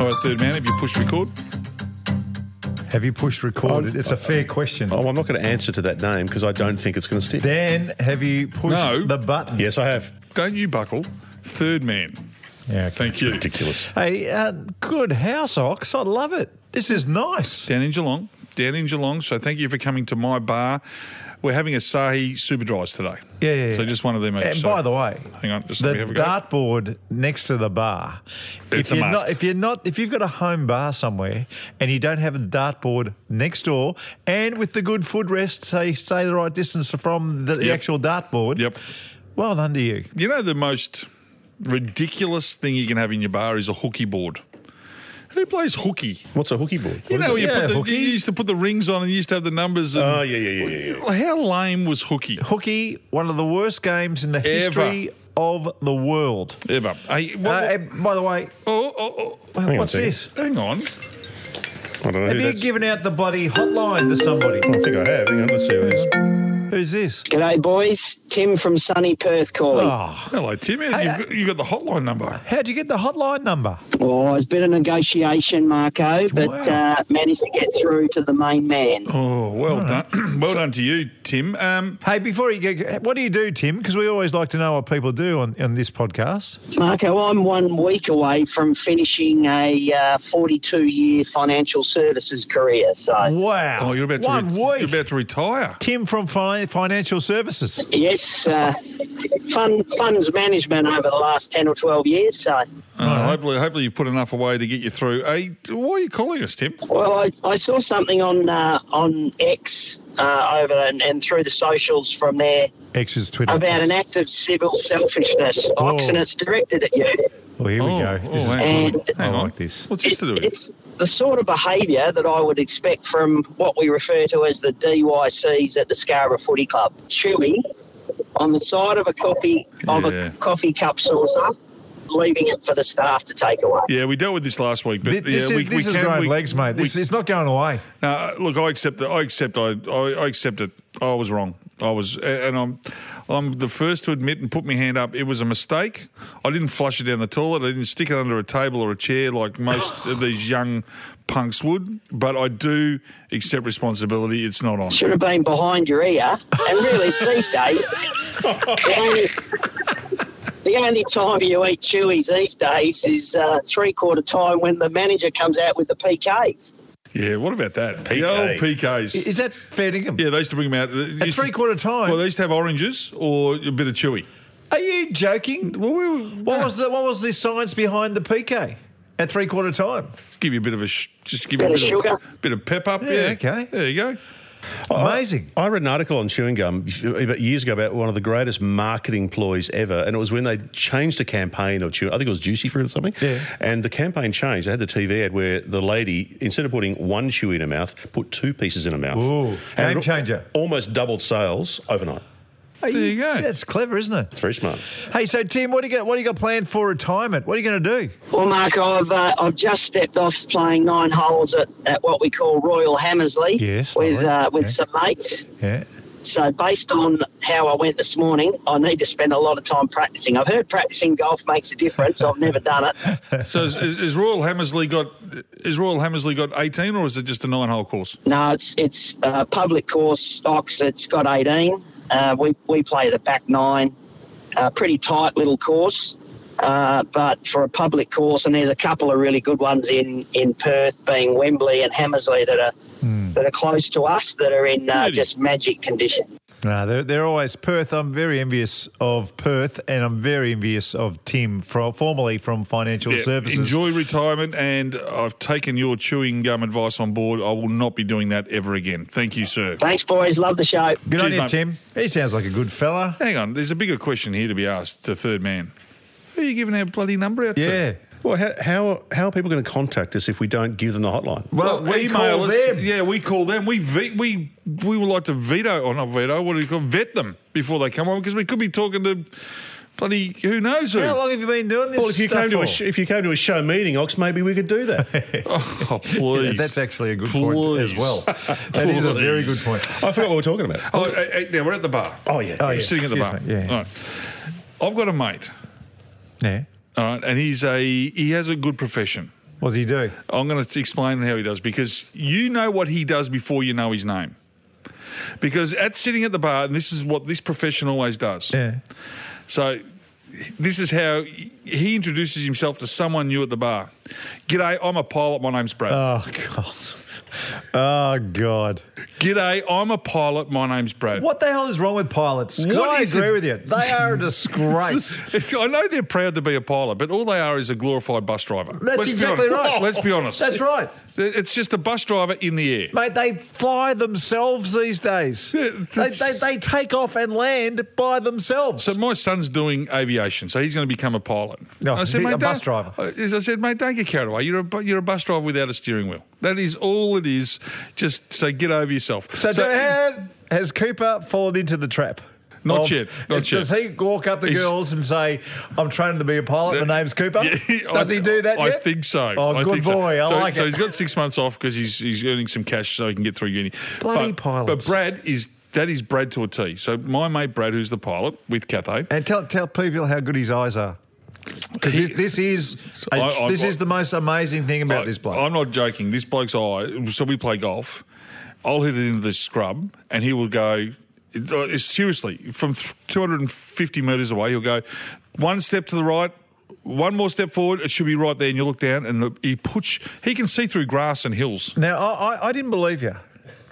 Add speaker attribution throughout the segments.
Speaker 1: or a third man? Have you pushed record?
Speaker 2: Have you pushed recorded? It's a fair question.
Speaker 3: Oh, I'm not going to answer to that name because I don't think it's going to stick.
Speaker 2: Dan, have you pushed
Speaker 1: No.
Speaker 2: the button?
Speaker 3: Yes, I have.
Speaker 1: Don't you buckle. Third man.
Speaker 2: Yeah, okay.
Speaker 1: Thank you.
Speaker 3: Ridiculous.
Speaker 2: Hey, uh, good house, Ox. I love it. This is nice.
Speaker 1: Down in Geelong. Down in Geelong. So thank you for coming to my bar. We're having Asahi Super Dries today.
Speaker 2: Yeah, yeah, yeah.
Speaker 1: So just one of them. each.
Speaker 2: And
Speaker 1: So-
Speaker 2: by the way,
Speaker 1: hang on, just
Speaker 2: the
Speaker 1: let me have a go.
Speaker 2: dartboard next to the bar.
Speaker 1: It's a
Speaker 2: if you're
Speaker 1: must.
Speaker 2: Not, if you're not, if you've got a home bar somewhere and you don't have a dartboard next door, and with the good footrest, so you stay the right distance from the, the
Speaker 1: Yep.
Speaker 2: actual dartboard.
Speaker 1: Yep.
Speaker 2: Well done to you.
Speaker 1: You know the most ridiculous thing you can have in your bar is a hooky board. Who plays hooky?
Speaker 3: What's a hooky board?
Speaker 1: You
Speaker 3: What is
Speaker 1: know,
Speaker 3: it?
Speaker 1: you,
Speaker 2: Yeah,
Speaker 1: put the,
Speaker 2: hooky.
Speaker 1: you used to put the rings on and you used to have the numbers. And
Speaker 3: Oh, yeah, yeah, yeah, yeah. yeah.
Speaker 1: How lame was hooky
Speaker 2: Hooky, one of the worst games in the history of the world.
Speaker 1: ever? Hey,
Speaker 2: Uh,
Speaker 1: what-
Speaker 2: and by the way,
Speaker 1: oh, oh, oh,
Speaker 3: Hang on a
Speaker 2: what's
Speaker 3: second.
Speaker 2: this?
Speaker 1: hang on.
Speaker 3: I don't know.
Speaker 2: Have
Speaker 3: who
Speaker 2: you
Speaker 3: that's-
Speaker 2: given out the bloody hotline to somebody?
Speaker 3: I think I have. Hang on, let's see who it is.
Speaker 2: Who's this?
Speaker 4: G'day, boys. Tim from sunny Perth calling. Oh.
Speaker 2: Oh,
Speaker 1: Hello, Tim. You've got, you got the hotline number.
Speaker 2: how'd you get the hotline number?
Speaker 4: it's been a negotiation, Marco, but
Speaker 1: Wow.
Speaker 4: uh, managed to get through to the main man.
Speaker 1: Oh, well done. well done to you, Tim. Um,
Speaker 2: Hey, before you go, what do you do, Tim? Because we always like to know what people do on, on this podcast.
Speaker 4: Marco, I'm one week away from finishing a uh, 42 year financial services career. So,
Speaker 2: Wow.
Speaker 1: oh, you're about to
Speaker 2: One
Speaker 1: re-
Speaker 2: week.
Speaker 1: You're about to retire.
Speaker 2: Tim from fin- Financial Services.
Speaker 4: yes, uh, fund, funds management over the last 10 or 12 years. So,
Speaker 1: Oh, hopefully, hopefully you've put enough away to get you through. Hey, why are you calling us, Tim?
Speaker 4: Well, I, I saw something on uh, on X uh, over and, and through the socials from there
Speaker 2: X's Twitter.
Speaker 4: about an act of civil selfishness, Ox, and it's directed at you.
Speaker 2: Well, here we
Speaker 1: Oh,
Speaker 2: go.
Speaker 1: oh,
Speaker 2: This is
Speaker 1: hang
Speaker 4: good.
Speaker 1: on. Hang
Speaker 2: I
Speaker 1: on.
Speaker 2: like this.
Speaker 1: What's this to do with?
Speaker 4: It's the sort of behaviour that I would expect from what we refer to as the DYCs at the Scarborough Footy Club. Chewing on the side of a coffee of
Speaker 1: Yeah.
Speaker 4: a coffee cup saucer, leaving it for the staff to take away.
Speaker 1: Yeah, we dealt with this last week, but
Speaker 2: Thi- this
Speaker 1: yeah, we,
Speaker 2: is, this
Speaker 1: we
Speaker 2: is
Speaker 1: can,
Speaker 2: grown
Speaker 1: we-
Speaker 2: legs, mate. This,
Speaker 1: we-
Speaker 2: it's not going away.
Speaker 1: No, look, I accept that. I accept. I, I, I accept it. I was wrong. I was, and I'm, I'm the first to admit and put my hand up. It was a mistake. I didn't flush it down the toilet. I didn't stick it under a table or a chair like most of these young punks would. But I do accept responsibility. It's not on.
Speaker 4: Should have been behind your ear. And really, these days, the only, the only time you eat chewies these days is uh, three quarter time when the manager comes out with the PKs.
Speaker 1: Yeah. What about that? The
Speaker 3: PK.
Speaker 1: old PKs.
Speaker 2: Is that fair dinkum?
Speaker 1: Yeah, they used to bring them out They
Speaker 2: At
Speaker 1: used to-
Speaker 2: three quarter time.
Speaker 1: Well, they used to have oranges or a bit of chewy.
Speaker 2: Are you joking?
Speaker 1: Well, we were,
Speaker 2: What was the what was the science behind the PK at three quarter time?
Speaker 1: give you a bit of a sh- just give you a
Speaker 4: Bit
Speaker 1: bit
Speaker 4: of sugar.
Speaker 1: of, bit of pep up.
Speaker 2: Yeah,
Speaker 1: Yeah,
Speaker 2: okay.
Speaker 1: There you go.
Speaker 2: Amazing.
Speaker 3: I read an article on chewing gum about years ago about one of the greatest marketing ploys ever, and it was when they changed the campaign of chewing. I think it was Juicy Fruit or something.
Speaker 2: Yeah.
Speaker 3: And the campaign changed. They had the TV ad where the lady, instead of putting one chew in her mouth, put two pieces in her mouth.
Speaker 2: Ooh,
Speaker 3: And
Speaker 2: game
Speaker 3: it
Speaker 2: changer.
Speaker 3: Almost doubled sales overnight.
Speaker 2: There
Speaker 1: you go.
Speaker 2: That's clever, isn't it?
Speaker 3: It's very smart.
Speaker 2: Hey, so Tim, what do you got? What do you got planned for retirement? What are you going to do?
Speaker 4: Well, Mark, I've, uh, I've just stepped off playing nine holes at, at what we call Royal Hammersley
Speaker 2: Yes,
Speaker 4: with,
Speaker 2: all right,
Speaker 4: uh, with
Speaker 2: okay.
Speaker 4: some mates.
Speaker 2: Yeah.
Speaker 4: So, based on how I went this morning, I need to spend a lot of time practicing. I've heard practicing golf makes a difference. I've never done it.
Speaker 1: So is, is, is Royal Hammersley got is Royal Hammersley got eighteen or is it just a nine hole course?
Speaker 4: No, it's it's uh, public course Ox. It's got 18. Uh, we we play the back nine. Uh, pretty tight little course, uh, but for a public course, and there's a couple of really good ones in in Perth, being Wembley and Hammersley, that are that are close to us, that are in uh,
Speaker 1: Really?
Speaker 4: just magic condition.
Speaker 2: No, they're, they're always Perth. I'm very envious of Perth, and I'm very envious of Tim, from, formerly from Financial Services.
Speaker 1: Enjoy retirement, and I've taken your chewing gum advice on board. I will not be doing that ever again. Thank you, sir.
Speaker 4: Thanks, boys. Love the show.
Speaker 2: Good on
Speaker 1: Cheers,
Speaker 2: you,
Speaker 1: mate.
Speaker 2: Tim. He sounds like a good fella.
Speaker 1: Hang on, there's a bigger question here to be asked to third man. Who are you giving our bloody number out to?
Speaker 2: Yeah.
Speaker 3: Well, how, how, how are people going to contact us if we don't give them the hotline?
Speaker 2: Well, we
Speaker 1: email
Speaker 2: call
Speaker 1: us.
Speaker 2: them.
Speaker 1: Yeah, we call them. We ve- we we would like to veto or not veto. What do you call vet them before they come on? Because we could be talking to bloody who knows who.
Speaker 2: How long have you been doing this?
Speaker 3: Well, if you
Speaker 2: stuff
Speaker 3: came to
Speaker 2: for?
Speaker 3: a sh- if you came to a show meeting, Ox, maybe we could do that.
Speaker 1: Oh,
Speaker 2: Yeah,
Speaker 1: please.
Speaker 2: that's actually a good point as
Speaker 1: Please.
Speaker 2: well. That is a very good point.
Speaker 3: I forgot what we were talking about.
Speaker 1: Oh, hey, hey, now we're at the bar.
Speaker 3: Oh yeah.
Speaker 2: Oh,
Speaker 1: You're
Speaker 2: yeah.
Speaker 1: sitting at the bar.
Speaker 2: Excuse me, yeah.
Speaker 1: All right. I've got a mate,
Speaker 2: Yeah.
Speaker 1: all right, and he's a he has a good profession.
Speaker 2: What does he do?
Speaker 1: I'm going to explain how he does because you know what he does before you know his name. Because at sitting at the bar, and this is what this profession always does.
Speaker 2: Yeah.
Speaker 1: So this is how he introduces himself to someone new at the bar. G'day, I'm a pilot. My name's Brad.
Speaker 2: Oh god. Oh god.
Speaker 1: G'day, I'm a pilot. My name's Brad.
Speaker 2: What the hell is wrong with pilots? 'Cause
Speaker 1: What
Speaker 2: I
Speaker 1: is
Speaker 2: agree
Speaker 1: it-
Speaker 2: with you. They are a disgrace.
Speaker 1: I know they're proud to be a pilot, but all they are is a glorified bus driver.
Speaker 2: That's
Speaker 1: be
Speaker 2: exactly
Speaker 1: honest.
Speaker 2: right.
Speaker 1: Let's be honest.
Speaker 2: That's right.
Speaker 1: It's just a bus driver in the air.
Speaker 2: Mate, they fly themselves these days. They,
Speaker 1: that's-
Speaker 2: they, they take off and land by themselves.
Speaker 1: So my son's doing aviation, so he's going to become a pilot.
Speaker 2: No,
Speaker 1: I said,
Speaker 2: be a
Speaker 1: "Mate,
Speaker 2: bus
Speaker 1: don't-"
Speaker 2: driver.
Speaker 1: As I said, mate, don't get carried away. You're a bu- you're a bus driver without a steering wheel. That is all it is. Just so get over yourself.
Speaker 2: So, do- has, has Cooper fallen into the trap?
Speaker 1: Not
Speaker 2: Oh,
Speaker 1: yet, not
Speaker 2: is- Does
Speaker 1: yet.
Speaker 2: he walk up to
Speaker 1: He's-
Speaker 2: girls and say, "I'm training to be a pilot. The
Speaker 1: That-
Speaker 2: name's Cooper"?
Speaker 1: Yeah,
Speaker 2: does
Speaker 1: I-
Speaker 2: he do that?
Speaker 1: I
Speaker 2: yet?
Speaker 1: think so.
Speaker 2: Oh,
Speaker 1: I
Speaker 2: good
Speaker 1: think so.
Speaker 2: boy. I
Speaker 1: so,
Speaker 2: like
Speaker 1: So
Speaker 2: it.
Speaker 1: he's got six months off because he's he's earning some cash so he can get through uni.
Speaker 2: Bloody
Speaker 1: but,
Speaker 2: pilots.
Speaker 1: But Brad is that is Brad to a T. So my mate Brad, who's the pilot with Cathay,
Speaker 2: and tell tell people how good his eyes are. Because this, this is a-
Speaker 1: I- I-
Speaker 2: this is the most amazing thing about
Speaker 1: I-
Speaker 2: this bloke.
Speaker 1: I'm not joking. This bloke's eye. So we play golf. I'll hit it into the scrub, and he will go. uh, Seriously, from th- 250 metres away, he'll go one step to the right, one more step forward. It should be right there, and you look down, and look, he puts. He can see through grass and hills.
Speaker 2: Now, I, I, I didn't believe you.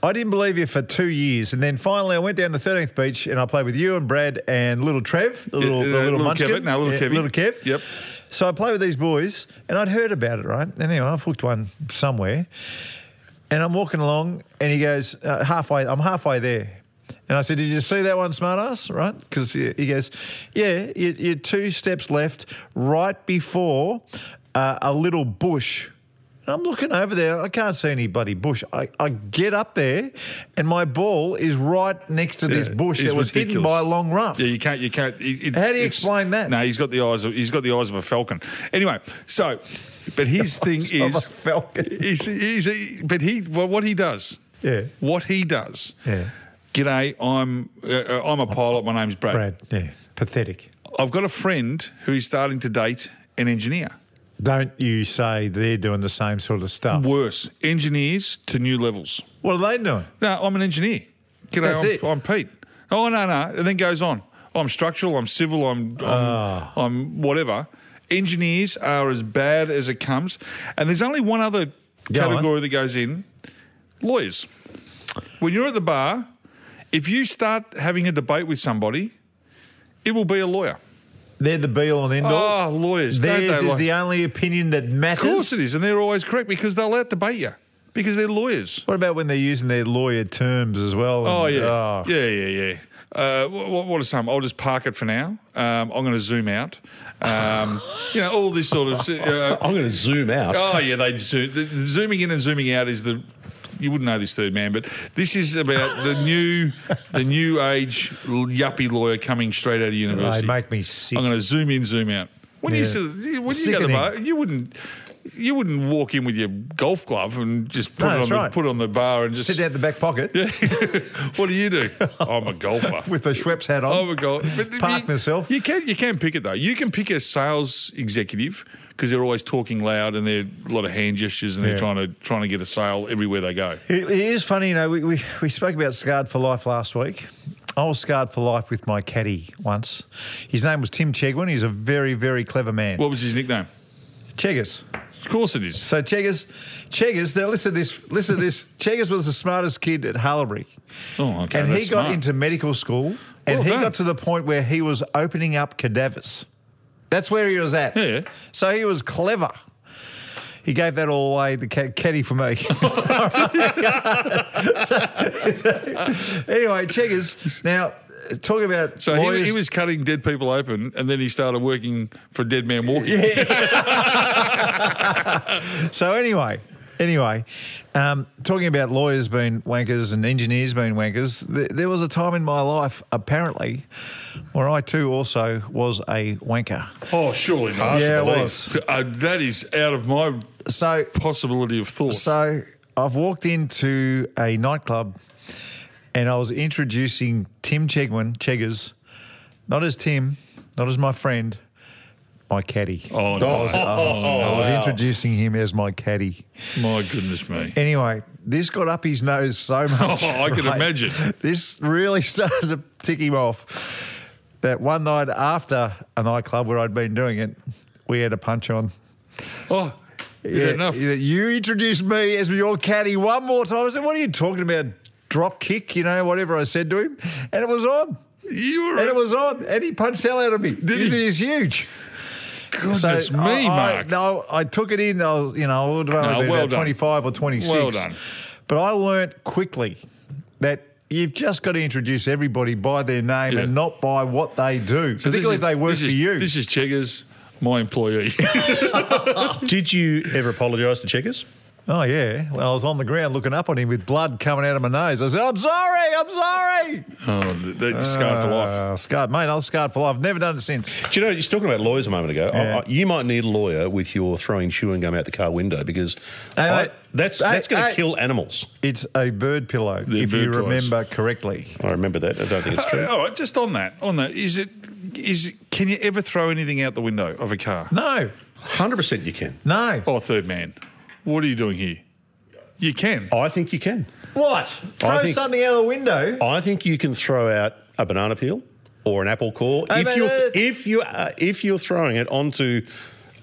Speaker 2: I didn't believe you for two years. And then finally, I went down the 13th beach and I played with you and Brad and little Trev, the little,
Speaker 1: Yeah,
Speaker 2: the
Speaker 1: yeah,
Speaker 2: little,
Speaker 1: little
Speaker 2: munchkin.
Speaker 1: Kevin, no, little Kevy.
Speaker 2: Little Kev.
Speaker 1: Yep.
Speaker 2: So I played with these boys and I'd heard about it, right? And anyway, I've hooked one somewhere. And I'm walking along and he goes, uh, halfway, I'm halfway there. And I said, Did you see that one, smartass? Right? Because he he goes, Yeah, you- you're two steps left right before uh, a little bush. And I'm looking over there. I can't see any bloody bush. I, I get up there and my ball is right next to this
Speaker 1: Yeah,
Speaker 2: bush
Speaker 1: it's
Speaker 2: that was hidden
Speaker 1: ridiculous.
Speaker 2: by a long rough.
Speaker 1: Yeah, you can't. You can't. it- it's-
Speaker 2: How do you
Speaker 1: it's-
Speaker 2: explain that?
Speaker 1: No, he's got the eyes. Of, he's got the eyes of a falcon. Anyway, so, but his thing
Speaker 2: I'm
Speaker 1: is
Speaker 2: a falcon.
Speaker 1: He's, he's, he, but he, well, what he does,
Speaker 2: Yeah.
Speaker 1: what he does,
Speaker 2: Yeah.
Speaker 1: G'day, I'm uh, uh, I'm a pilot. My name's Brad.
Speaker 2: Brad, yeah, pathetic.
Speaker 1: I've got a friend who is starting to date an engineer.
Speaker 2: Don't you say they're doing the same sort of stuff.
Speaker 1: Worse, engineers to new levels.
Speaker 2: What are they doing?
Speaker 1: No, I'm an engineer. G'day,
Speaker 2: That's
Speaker 1: I'm,
Speaker 2: it.
Speaker 1: I'm Pete. Oh no, no, and then goes on. I'm structural. I'm civil. I'm I'm,
Speaker 2: Ah.
Speaker 1: I'm whatever. Engineers are as bad as it comes, and there's only one other
Speaker 2: Go on.
Speaker 1: category that goes in: lawyers. When you're at the bar, if you start having a debate with somebody, it will be a lawyer.
Speaker 2: They're the be all and end all.
Speaker 1: Ah, lawyers, don't
Speaker 2: Theirs
Speaker 1: they
Speaker 2: is
Speaker 1: like-
Speaker 2: the only opinion that matters.
Speaker 1: Of course it is, and they're always correct because they'll out debate you because they're lawyers.
Speaker 2: What about when they're using their lawyer terms as well?
Speaker 1: Oh
Speaker 2: And-
Speaker 1: yeah, yeah, yeah, yeah. Uh, what, what are some? I'll just park it for now. Um, I'm going to zoom out. Um, you know, all this sort of. Uh,
Speaker 3: I'm going to zoom out.
Speaker 1: oh yeah, they zoom, the, the zooming in and zooming out is the. You wouldn't know this third man, but this is about the new, the new age yuppie lawyer coming straight out of
Speaker 2: They
Speaker 1: university.
Speaker 2: make me sick.
Speaker 1: I'm going to zoom in, zoom out. When
Speaker 2: Yeah.
Speaker 1: you sit, when you go to the
Speaker 2: Sickening.
Speaker 1: bar, you wouldn't. You wouldn't walk in with your golf glove and just put
Speaker 2: No,
Speaker 1: it on
Speaker 2: that's
Speaker 1: the
Speaker 2: right.
Speaker 1: put it on the bar and just
Speaker 2: Sit down at the back pocket
Speaker 1: what do you do? I'm a golfer.
Speaker 2: with the Schweppes hat on.
Speaker 1: I'm a golfer. Oh But
Speaker 2: Park
Speaker 1: you,
Speaker 2: myself.
Speaker 1: You can you can pick it though. You can pick a sales executive because they're always talking loud and they're a lot of hand gestures and
Speaker 2: Yeah.
Speaker 1: they're trying to trying to get a sale everywhere they go.
Speaker 2: It, it is funny, you know, we, we, we spoke about Scarred for Life last week. I was scarred for life with my caddy once. His name was Tim Chegwin. He's a very, very clever man.
Speaker 1: What was his nickname?
Speaker 2: Cheggers.
Speaker 1: Of course it is.
Speaker 2: So Cheggers, Cheggers, now listen to this, listen to this. Cheggers was the smartest kid at Harlebury.
Speaker 1: Oh, okay.
Speaker 2: and he
Speaker 1: that's
Speaker 2: got
Speaker 1: smart.
Speaker 2: into medical school and
Speaker 1: Well
Speaker 2: he
Speaker 1: done.
Speaker 2: got to the point where he was opening up cadavers. That's where he was at.
Speaker 1: Yeah, yeah.
Speaker 2: So he was clever. He gave that all away, the ca- caddy for me. anyway, checkers. Now, talking about
Speaker 1: So
Speaker 2: lawyers,
Speaker 1: he, he was cutting dead people open, and then he started working for Dead Man Walking.
Speaker 2: So anyway, anyway, um, talking about lawyers being wankers and engineers being wankers, th- there was a time in my life, apparently, where I too also was a wanker.
Speaker 1: Oh, surely not.
Speaker 2: Yeah, it
Speaker 1: Believe.
Speaker 2: was.
Speaker 1: Uh, that is out of my
Speaker 2: So,
Speaker 1: possibility of thought.
Speaker 2: so I've walked into a nightclub, and I was introducing Tim Chegwin Cheggers, not as Tim, not as my friend. my caddy.
Speaker 1: Oh, no.
Speaker 2: I was, uh, I was introducing him as my caddy.
Speaker 1: my goodness me.
Speaker 2: Anyway, this got up his nose so much.
Speaker 1: Oh, I can imagine.
Speaker 2: This really started to tick him off. That one night after a nightclub where I'd been doing it, we had a punch on.
Speaker 1: Oh, yeah, enough.
Speaker 2: yeah, You introduced me as your caddy one more time. I said, What are you talking about? Drop kick, you know, whatever I said to him. And it was on.
Speaker 1: You were
Speaker 2: And it was on. And he punched hell out of me.
Speaker 1: Did
Speaker 2: He's-
Speaker 1: he?
Speaker 2: He's huge.
Speaker 1: goodness me,
Speaker 2: I,
Speaker 1: Mark.
Speaker 2: I, no, I took it in. I was, you know, I would have
Speaker 1: No,
Speaker 2: only been
Speaker 1: well
Speaker 2: about
Speaker 1: done.
Speaker 2: 25 or 26.
Speaker 1: Well done.
Speaker 2: But I learnt quickly that you've just got to introduce everybody by their name
Speaker 1: Yeah.
Speaker 2: and not by what they do,
Speaker 1: So this
Speaker 2: particularly
Speaker 1: is-
Speaker 2: if they work
Speaker 1: this
Speaker 2: for
Speaker 1: is-
Speaker 2: you.
Speaker 1: This is Cheggers, my employee.
Speaker 3: Did you ever apologise to Checkers?
Speaker 2: oh, yeah. Well, I was on the ground looking up on him with blood coming out of my nose. I said, I'm sorry, I'm sorry.
Speaker 1: oh, th- that scarred for life.
Speaker 2: Uh, scarred, mate, I was scarred for life. Never done it since.
Speaker 3: Do you know, you're talking about lawyers a moment ago. I-
Speaker 2: Yeah.
Speaker 3: I- you might need a lawyer with your throwing chewing gum out the car window because
Speaker 2: Hey,
Speaker 3: I-
Speaker 2: mate.
Speaker 3: that's,
Speaker 2: Hey,
Speaker 3: that's going to
Speaker 2: hey.
Speaker 3: kill animals.
Speaker 2: It's a bird pillow,
Speaker 1: They're
Speaker 2: if you
Speaker 1: bird pillows.
Speaker 2: remember correctly.
Speaker 3: I remember that. I don't think it's true.
Speaker 1: Uh, all right, just on that, on that, is it, is it, can you ever throw anything out the window of a car?
Speaker 2: No,
Speaker 3: 100% you can.
Speaker 2: no.
Speaker 1: Oh, third man, what are you doing here? You can.
Speaker 3: I think you can.
Speaker 2: What? Throw
Speaker 3: think-
Speaker 2: something out of the window?
Speaker 3: I think you can throw out a banana peel or an apple core
Speaker 2: Hey,
Speaker 3: if
Speaker 2: mate,
Speaker 3: you're
Speaker 2: uh,
Speaker 3: if you uh, if you're throwing it onto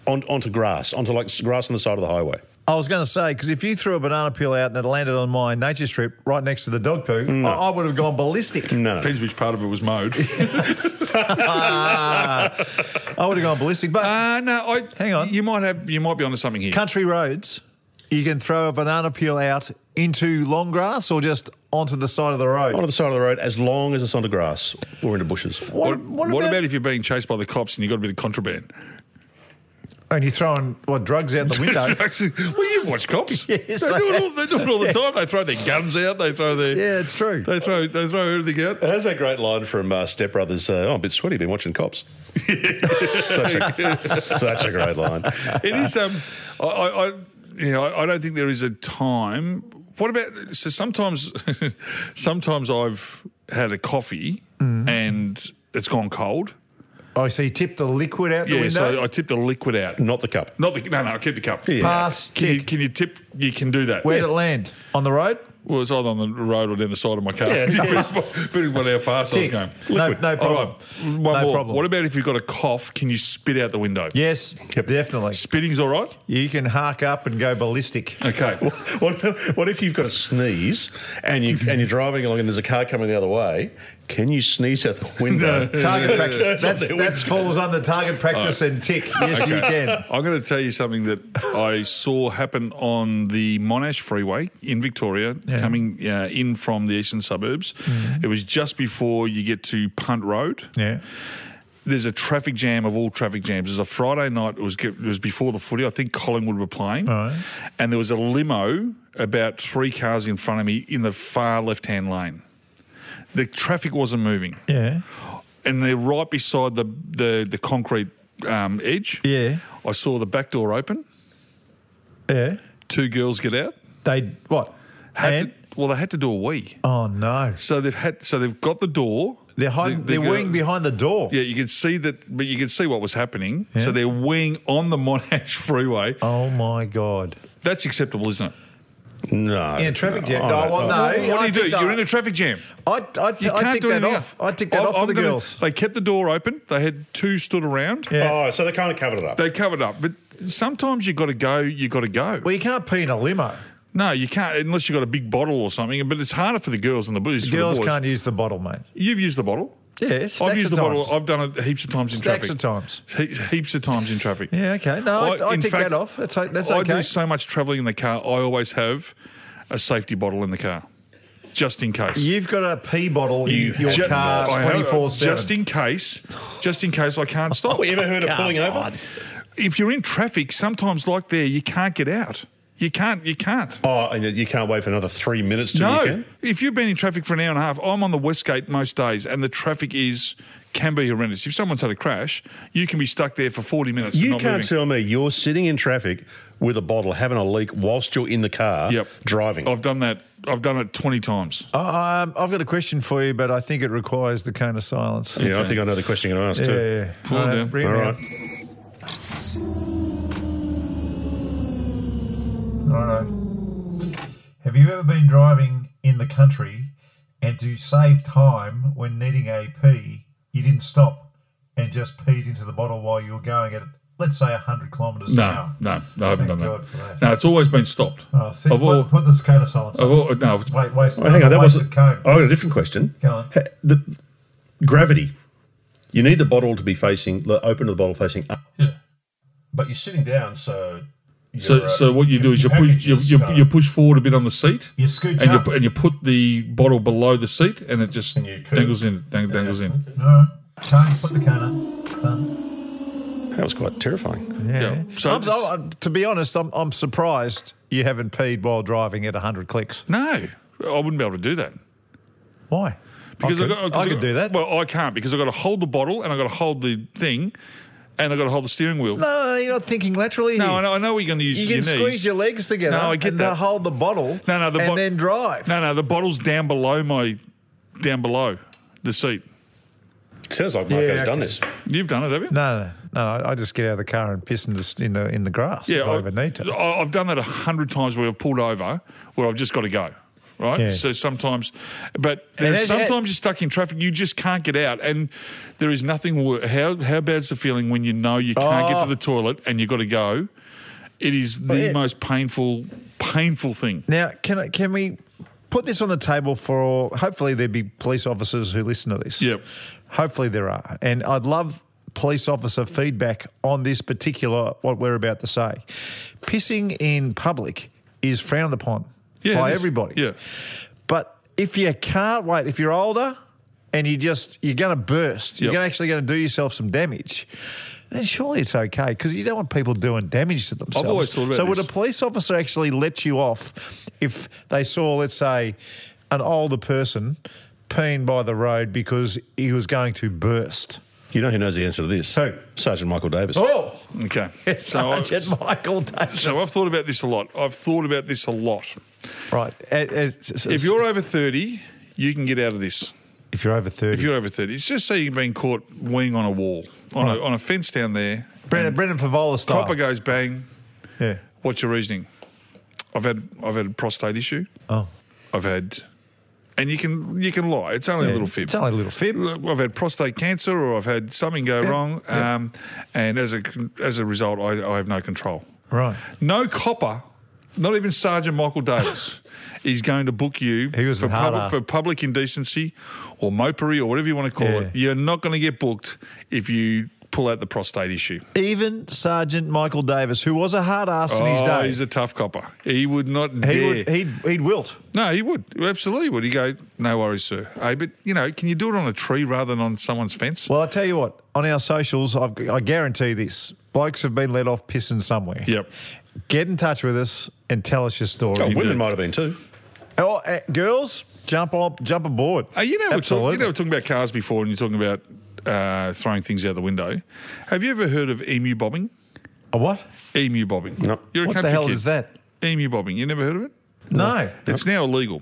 Speaker 3: on, onto grass onto like s- grass on the side of the highway.
Speaker 2: I was going to say because if you threw a banana peel out and it landed on my nature strip right next to the dog poo, I, I would have gone ballistic.
Speaker 3: No, no.
Speaker 1: Depends which part of it was mowed.
Speaker 2: Uh, I would have gone ballistic. But
Speaker 1: uh, no, I,
Speaker 2: Hang on.
Speaker 1: You might have, you might be onto something here.
Speaker 2: country roads, you can throw a banana peel out into long grass or just onto the side of the road.
Speaker 3: onto the side of the road as long as it's onto grass or into bushes.
Speaker 1: What, what about, if you're being chased by the cops and you got a bit of contraband?
Speaker 2: and you're throwing what drugs out the window?
Speaker 1: well, you've watched cops.
Speaker 2: Yes,
Speaker 1: they,
Speaker 2: I
Speaker 1: do it all, they do it all the time. They throw their guns out. They throw their
Speaker 2: yeah, it's true.
Speaker 1: They throw they throw everything out.
Speaker 3: There's that great line from uh, Step Brothers. Uh, oh, I'm a bit sweaty. Been watching Cops. such, a, such a great line.
Speaker 1: It is. Um, I, I, I, you know, I I don't think there is a time. What about? So sometimes, sometimes I've had a coffee and it's gone cold.
Speaker 2: I see. Oh, you tip the liquid out the
Speaker 1: Yeah,
Speaker 2: window.
Speaker 1: so I tipped the liquid out.
Speaker 3: Not the cup.
Speaker 1: Not the no, no. Keep the cup.
Speaker 3: Yeah.
Speaker 2: Pass.
Speaker 1: Can you,
Speaker 2: tick.
Speaker 1: can you tip? You can do that.
Speaker 2: Where'd it land? On the road?
Speaker 1: Well, it's either on the road or down the side of my car.
Speaker 3: Yeah, it
Speaker 1: Depending on how fast I was
Speaker 2: Tick.
Speaker 1: going.
Speaker 2: No, no problem.
Speaker 1: All right, one
Speaker 2: no
Speaker 1: more.
Speaker 2: problem.
Speaker 1: What about if you've got a cough? Can you spit out the window?
Speaker 2: yes, definitely.
Speaker 1: Spitting's all right.
Speaker 2: You can hark up and go ballistic.
Speaker 1: Okay.
Speaker 3: What, what if you've got a sneeze and you and you're driving along and there's a car coming the other way? Can you sneeze out the window?
Speaker 2: Target practice. That's, that falls under target practice and tick. Yes, you can.
Speaker 1: I'm going to tell you something that I saw happen on the Monash Freeway in Victoria, coming uh, in from the eastern suburbs.
Speaker 2: Mm.
Speaker 1: It was just before you get to Punt Road.
Speaker 2: Yeah.
Speaker 1: There's a traffic jam of all traffic jams. It was a Friday night. It was it was before the footy. I think Collingwood were playing,
Speaker 2: Right.
Speaker 1: and there was a limo about three cars in front of me in the far left hand lane. The traffic wasn't moving,
Speaker 2: Yeah.
Speaker 1: and they're right beside the the, the concrete um, edge.
Speaker 2: Yeah.
Speaker 1: I saw the back door open.
Speaker 2: Yeah.
Speaker 1: two girls get out.
Speaker 2: They what?
Speaker 1: Had
Speaker 2: And,
Speaker 1: to- well, they had to do a wee,
Speaker 2: oh no!
Speaker 1: so they've had so they've got the door.
Speaker 2: They're hiding.
Speaker 1: They- they
Speaker 2: They, are
Speaker 1: go-
Speaker 2: wing behind the door.
Speaker 1: Yeah, you could see that, but you could see what was happening.
Speaker 2: Yeah.
Speaker 1: So they're weeing on the Monash Freeway.
Speaker 2: Oh my god!
Speaker 1: That's acceptable, isn't it?
Speaker 3: no.
Speaker 2: In a traffic jam.
Speaker 3: I
Speaker 2: No,
Speaker 3: don't
Speaker 2: well,
Speaker 3: know.
Speaker 2: no.
Speaker 1: what do
Speaker 2: I
Speaker 1: you do?
Speaker 2: think that-
Speaker 1: You're in a traffic jam.
Speaker 2: I'd, I'd,
Speaker 1: You
Speaker 2: I'd
Speaker 1: can't
Speaker 2: tick
Speaker 1: do
Speaker 2: that
Speaker 1: anything
Speaker 2: off.
Speaker 1: else.
Speaker 2: I'd tick that
Speaker 1: I'm-
Speaker 2: off for
Speaker 1: I'm
Speaker 2: the
Speaker 1: gonna-
Speaker 2: girls.
Speaker 1: They kept the door open. They had two stood around.
Speaker 2: Yeah.
Speaker 3: Oh, so they kind of covered it up.
Speaker 1: They covered up, but sometimes you got to go. You got to go.
Speaker 2: Well, you can't pee in a limo.
Speaker 1: No, you can't unless you have got a big bottle or something. But it's harder for the girls and the boys. for the
Speaker 2: Girls
Speaker 1: boys.
Speaker 2: can't use the bottle, mate.
Speaker 1: You've used the bottle.
Speaker 2: Yeah,
Speaker 1: I've
Speaker 2: stacks
Speaker 1: used
Speaker 2: of
Speaker 1: the
Speaker 2: times.
Speaker 1: bottle. I've done it heaps of times in
Speaker 2: Stacks
Speaker 1: traffic.
Speaker 2: of times.
Speaker 1: He- heaps of times in traffic.
Speaker 2: Yeah, okay. No, I, I,
Speaker 1: in
Speaker 2: tick
Speaker 1: fact,
Speaker 2: that off. That's that's
Speaker 1: I
Speaker 2: okay.
Speaker 1: do so much travelling in the car. I always have a safety bottle in the car, just in case.
Speaker 2: You've got a pee bottle in your
Speaker 1: Ju-
Speaker 2: car
Speaker 1: I have-
Speaker 2: twenty four seven.
Speaker 1: Just in case, just in case I can't stop.
Speaker 3: Oh, you ever heard of pulling over?
Speaker 1: if you're in traffic, sometimes like there, you can't get out. You can't. You can't.
Speaker 3: Oh, and you- you can't wait for another three minutes to
Speaker 1: no.
Speaker 3: you can?
Speaker 1: If you've been in traffic for an hour and a half, I'm on the West Gate most days, and the traffic is can be horrendous. If someone's had a crash, you can be stuck there for 40 minutes. and
Speaker 3: You
Speaker 1: not
Speaker 3: can't
Speaker 1: moving.
Speaker 3: tell me you're sitting in traffic with a bottle having a leak whilst you're in the car
Speaker 1: Yep. Oh,
Speaker 3: driving.
Speaker 1: I've done that. I've done it 20 times.
Speaker 2: I- um, I've got a question for you, but I think it requires the cone of silence.
Speaker 3: yeah, I think I know the question you're going to ask
Speaker 2: Yeah,
Speaker 3: too.
Speaker 2: yeah.
Speaker 1: Pull it
Speaker 2: Uh,
Speaker 1: down.
Speaker 2: bring it
Speaker 3: All
Speaker 2: down.
Speaker 3: right.
Speaker 2: I don't know. Have you ever been driving in the country and to save time when needing a pee, you didn't stop and just peed into the bottle while you were going at, let's say, 100 kilometres an
Speaker 1: No,
Speaker 2: hour?
Speaker 1: no, no, I haven't
Speaker 2: Thank
Speaker 1: done
Speaker 2: God for
Speaker 1: that.
Speaker 2: that.
Speaker 1: No, it's always been stopped.
Speaker 2: Oh, see,
Speaker 1: I've
Speaker 2: put,
Speaker 1: al-
Speaker 2: put this cone of silence.
Speaker 1: I've
Speaker 2: on.
Speaker 1: al- uh, no, it's-
Speaker 2: Wait, waste.
Speaker 3: Oh, hang on, that
Speaker 2: wasted
Speaker 3: wasn't.
Speaker 2: cone.
Speaker 3: I got a different question.
Speaker 2: Go on.
Speaker 3: Ha- The gravity. You need the bottle to be facing the open to the bottle facing up.
Speaker 5: But you're sitting down, so.
Speaker 1: So,
Speaker 5: you're, uh,
Speaker 1: so what you do is you
Speaker 5: your
Speaker 1: push you,
Speaker 5: packages
Speaker 1: you,
Speaker 5: go-
Speaker 1: you push forward a bit on the seat,
Speaker 2: You scooch
Speaker 1: and
Speaker 2: up.
Speaker 1: you and you put the bottle below the seat, and it just
Speaker 5: And you could-
Speaker 1: dangles in, dang- dangles in.
Speaker 2: All right. Cone, put the cone up. Done.
Speaker 3: That was quite terrifying.
Speaker 1: Yeah. So
Speaker 2: I'm,
Speaker 1: it's-
Speaker 2: I'm- I'm- to be honest, I'm, I'm surprised you haven't peed while driving at 100 clicks.
Speaker 1: no, I wouldn't be able to do that.
Speaker 2: Why?
Speaker 1: because
Speaker 2: I
Speaker 1: I,
Speaker 2: could,
Speaker 1: got, 'cause
Speaker 2: I could
Speaker 1: got-
Speaker 2: do that.
Speaker 1: Well, I can't because I got to hold the bottle and I got to hold the thing, and I got to hold the steering wheel. No,
Speaker 2: no, no, you're not thinking laterally. here.
Speaker 1: I know, I know we're going to use
Speaker 2: You
Speaker 1: your
Speaker 2: can
Speaker 1: knees.
Speaker 2: squeeze your legs together
Speaker 1: No, I get
Speaker 2: and
Speaker 1: that.
Speaker 2: then hold the bottle
Speaker 1: No, no, the
Speaker 2: and
Speaker 1: bo-
Speaker 2: then drive.
Speaker 1: No, no, the bottle's down below my, down below the seat.
Speaker 3: It sounds like Marco's
Speaker 2: Yeah,
Speaker 3: done
Speaker 2: okay.
Speaker 3: this.
Speaker 1: You've done it, have you?
Speaker 2: No, no, no. I- I just get out of the car and piss in the, in the, in the grass if I, ever need to.
Speaker 1: I- I've done that a hundred times where I've pulled over, where I've just got to go. Right.
Speaker 2: Yeah.
Speaker 1: So sometimes, but
Speaker 2: And
Speaker 1: there's
Speaker 2: as-
Speaker 1: sometimes you're stuck in traffic, you just can't get out, and there is nothing. Wor- how how bad's the feeling when you know you can't get
Speaker 2: Oh.
Speaker 1: to the toilet and you've got to go? It is the
Speaker 2: yeah.
Speaker 1: most painful, painful thing.
Speaker 2: Now, can I, can we put this on the table for hopefully there be police officers who listen to this.
Speaker 1: Yep.
Speaker 2: Hopefully there are, and I'd love police officer feedback on this particular what we're about to say. Pissing in public is frowned upon
Speaker 1: Yeah,
Speaker 2: by
Speaker 1: it is.
Speaker 2: everybody.
Speaker 1: Yeah.
Speaker 2: But if you can't wait, if you're older and you just you're going to burst,
Speaker 1: Yep.
Speaker 2: you're actually going to do yourself some damage. Then surely it's okay because you don't want people doing damage to themselves.
Speaker 1: always thought about
Speaker 2: so would
Speaker 1: this.
Speaker 2: a police officer actually let you off if they saw, let's say, an older person peeing by the road because he was going to burst?
Speaker 3: You know who knows the answer to this?
Speaker 2: Who?
Speaker 3: Sergeant Michael Davis.
Speaker 2: Oh,
Speaker 1: Okay.
Speaker 2: it's
Speaker 1: so, I,
Speaker 2: Sergeant Michael Davis.
Speaker 1: so I've thought about this a lot. I've thought about this a lot.
Speaker 2: right. Uh, If
Speaker 1: If you're over thirty, you can get out of this.
Speaker 2: if you're over thirty,
Speaker 1: If you're over thirty, it's just say you've been caught weeing on a wall on a on a fence down there.
Speaker 2: Brendan, Brendan Favola style.
Speaker 1: Copper goes bang.
Speaker 2: Yeah.
Speaker 1: What's your reasoning? I've had I've had a prostate issue.
Speaker 2: Oh.
Speaker 1: I've had, and you can you can lie. It's only a little fib.
Speaker 2: It's only a little fib.
Speaker 1: I've had prostate cancer, or I've had something go wrong, um, and as a as a result, I, I have no control.
Speaker 2: Right.
Speaker 1: No copper, not even Sergeant Michael Davis, is going to book you
Speaker 2: He was
Speaker 1: for,
Speaker 2: a
Speaker 1: public,
Speaker 2: harder.
Speaker 1: for public indecency or mopery or whatever you want to call
Speaker 2: Yeah.
Speaker 1: it. You're not going to get booked if you pull out the prostate issue.
Speaker 2: Even Sergeant Michael Davis, who was a hard ass in his
Speaker 1: oh,
Speaker 2: day,
Speaker 1: he's a tough copper. He would not
Speaker 2: he
Speaker 1: dare.
Speaker 2: would, he'd, he'd wilt.
Speaker 1: No, he would. Absolutely would. He'd go, no worries, sir. Hey, but, you know, can you do it on a tree rather than on someone's fence?
Speaker 2: Well, I tell you what, on our socials, I've, I guarantee this blokes have been let off pissing somewhere.
Speaker 1: Yep.
Speaker 2: Get in touch with us and tell us your
Speaker 3: Oh,
Speaker 2: story.
Speaker 3: women might have been too.
Speaker 2: Oh, uh, girls, jump on, jump aboard.
Speaker 1: Hey, Uh, you, know, we're talk,
Speaker 2: Absolutely.
Speaker 1: you know, we're talking about cars before and you're talking about uh, throwing things out the window. Have you ever heard of emu bobbing?
Speaker 2: A what?
Speaker 1: Emu bobbing.
Speaker 3: No.
Speaker 1: You're a
Speaker 2: What
Speaker 1: country
Speaker 2: the hell
Speaker 1: kid.
Speaker 2: is that?
Speaker 1: Emu bobbing. You never heard of it?
Speaker 2: No.
Speaker 1: It's now illegal.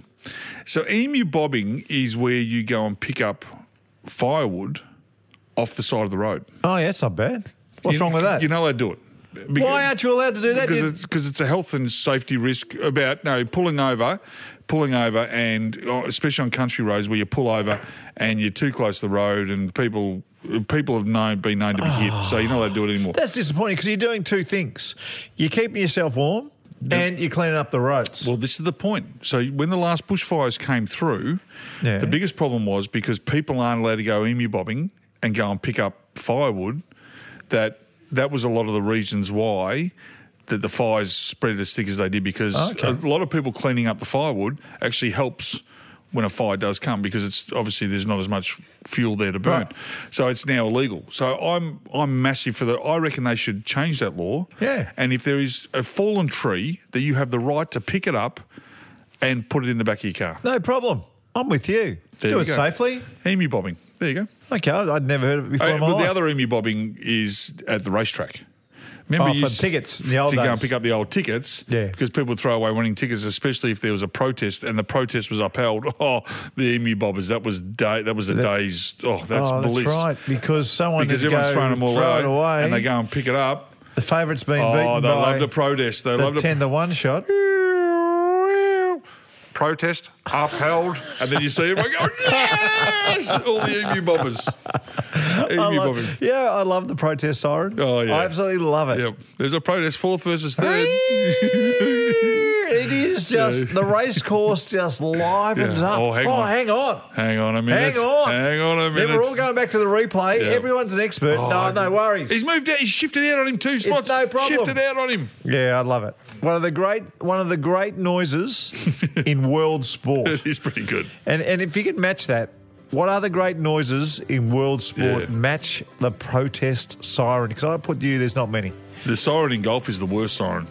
Speaker 1: So emu bobbing is where you go and pick up firewood off the side of the road.
Speaker 2: Oh, yeah, it's not bad. What's
Speaker 1: You-
Speaker 2: wrong with that?
Speaker 1: You're not allowed to do it. Because-
Speaker 2: Why aren't you allowed to do that?
Speaker 1: because
Speaker 2: You-
Speaker 1: it's, because it's a health and safety risk about no pulling over, pulling over, and oh, especially on country roads where you pull over and you're too close to the road, and people people have known been known to be hit, so you're not allowed to do it anymore.
Speaker 2: That's disappointing because you're doing two things. You're keeping yourself warm and you're cleaning up the roads.
Speaker 1: Well, this is the point. So when the last bushfires came through,
Speaker 2: Yeah.
Speaker 1: the biggest problem was because people aren't allowed to go emu bobbing and go and pick up firewood. That that was a lot of the reasons why that the fires spread as thick as they did because
Speaker 2: Oh, Okay.
Speaker 1: a lot of people cleaning up the firewood actually helps when a fire does come because it's obviously there's not as much fuel there to burn.
Speaker 2: Right.
Speaker 1: So it's now illegal. So I'm I'm massive for the I reckon they should change that law.
Speaker 2: Yeah.
Speaker 1: And if there is a fallen tree, that you have the right to pick it up and put it in the back of your car.
Speaker 2: No problem. I'm with you.
Speaker 1: There
Speaker 2: Do
Speaker 1: you
Speaker 2: it
Speaker 1: go.
Speaker 2: safely.
Speaker 1: Emu bobbing. There you go.
Speaker 2: Okay, I- I'd never heard of it before.
Speaker 1: Uh,
Speaker 2: in my
Speaker 1: but
Speaker 2: life.
Speaker 1: the other emu bobbing is at the racetrack. Remember
Speaker 2: Oh,
Speaker 1: you
Speaker 2: for
Speaker 1: used
Speaker 2: tickets, the old
Speaker 1: to go and
Speaker 2: days.
Speaker 1: pick up the old tickets,
Speaker 2: Yeah.
Speaker 1: because people would throw away winning tickets, especially if there was a protest and the protest was upheld. Oh, the emu bobbers! That was day. That was a day's. Oh, that's
Speaker 2: oh,
Speaker 1: bliss.
Speaker 2: that's right, because someone
Speaker 1: Because
Speaker 2: had to
Speaker 1: everyone's
Speaker 2: go
Speaker 1: throwing them all
Speaker 2: throw
Speaker 1: away,
Speaker 2: it away.
Speaker 1: and they go and pick it up.
Speaker 2: The favourite's been
Speaker 1: Oh,
Speaker 2: beaten
Speaker 1: they
Speaker 2: by
Speaker 1: love to protest. They love
Speaker 2: the
Speaker 1: to
Speaker 2: 10 to 1 shot.
Speaker 1: protest upheld, and then you see everyone go yes, all the emu bombers, emu
Speaker 2: I love-
Speaker 1: bombing.
Speaker 2: yeah, I love the protest siren.
Speaker 1: Oh, yeah.
Speaker 2: I absolutely love it.
Speaker 1: Yep, there's a protest fourth versus third.
Speaker 2: It is just
Speaker 1: Yeah.
Speaker 2: the race course just livens
Speaker 1: Yeah.
Speaker 2: up.
Speaker 1: Oh, hang on.
Speaker 2: hang on.
Speaker 1: Hang on a minute.
Speaker 2: Hang on.
Speaker 1: Hang on a minute.
Speaker 2: Then we're all going back to the replay.
Speaker 1: Yeah.
Speaker 2: Everyone's an expert.
Speaker 1: Oh, I
Speaker 2: no, no
Speaker 1: can-
Speaker 2: worries.
Speaker 1: He's moved out. He's shifted out on him two spots.
Speaker 2: no problem.
Speaker 1: Shifted out on him.
Speaker 2: Yeah, I love it. One of the great one of the great noises in world sport.
Speaker 1: He's pretty good.
Speaker 2: And and if you can match that, what are the great noises in world sport?
Speaker 1: Yeah.
Speaker 2: Match the protest siren. Because I put to you, there's not many.
Speaker 1: The siren in golf is the worst siren.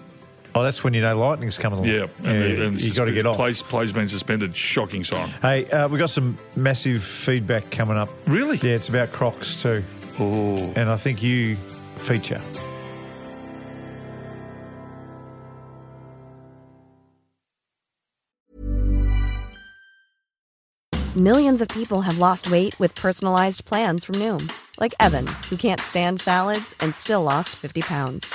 Speaker 2: Oh, that's when you know lightning's coming along.
Speaker 1: Yeah,
Speaker 2: yeah
Speaker 1: the-
Speaker 2: you got to
Speaker 1: suspe-
Speaker 2: get off.
Speaker 1: Plays, plays been suspended. Shocking siren.
Speaker 2: Hey, uh, we got some massive feedback coming up.
Speaker 1: Really?
Speaker 2: Yeah, it's about Crocs too,
Speaker 1: Oh,
Speaker 2: and I think you feature.
Speaker 6: Millions of people have lost weight with personalized plans from Noom, like Evan, who can't stand salads and still lost 50 pounds.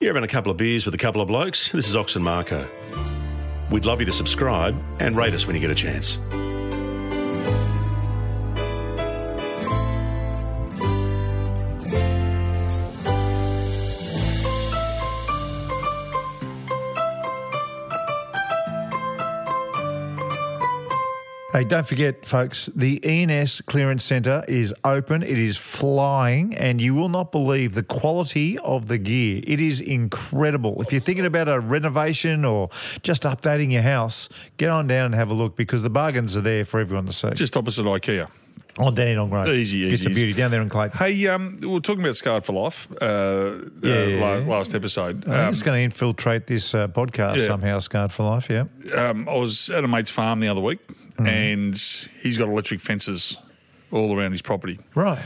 Speaker 3: You're having a couple of beers with a couple of blokes. This is Ox and Marco. We'd love you to subscribe and rate us when you get a chance.
Speaker 2: Hey, don't forget, folks, the ENS Clearance Centre is open. It is flying, and you will not believe the quality of the gear. It is incredible. If you're thinking about a renovation or just updating your house, get on down and have a look because the bargains are there for everyone to see. Oh,
Speaker 1: just opposite IKEA.
Speaker 2: on Dandenong Road.
Speaker 1: Easy,
Speaker 2: It's a
Speaker 1: easy.
Speaker 2: beauty down there in Clayton.
Speaker 1: Hey, um, we were talking about Scarred for Life uh,
Speaker 2: Yeah. Oh,
Speaker 1: uh, last, last episode.
Speaker 2: I think
Speaker 1: Um,
Speaker 2: it's going to infiltrate this uh, podcast
Speaker 1: Yeah.
Speaker 2: somehow, Scarred for Life, yeah.
Speaker 1: um, I was at a mate's farm the other week,
Speaker 2: Mm-hmm.
Speaker 1: and he's got electric fences all around his property.
Speaker 2: Right.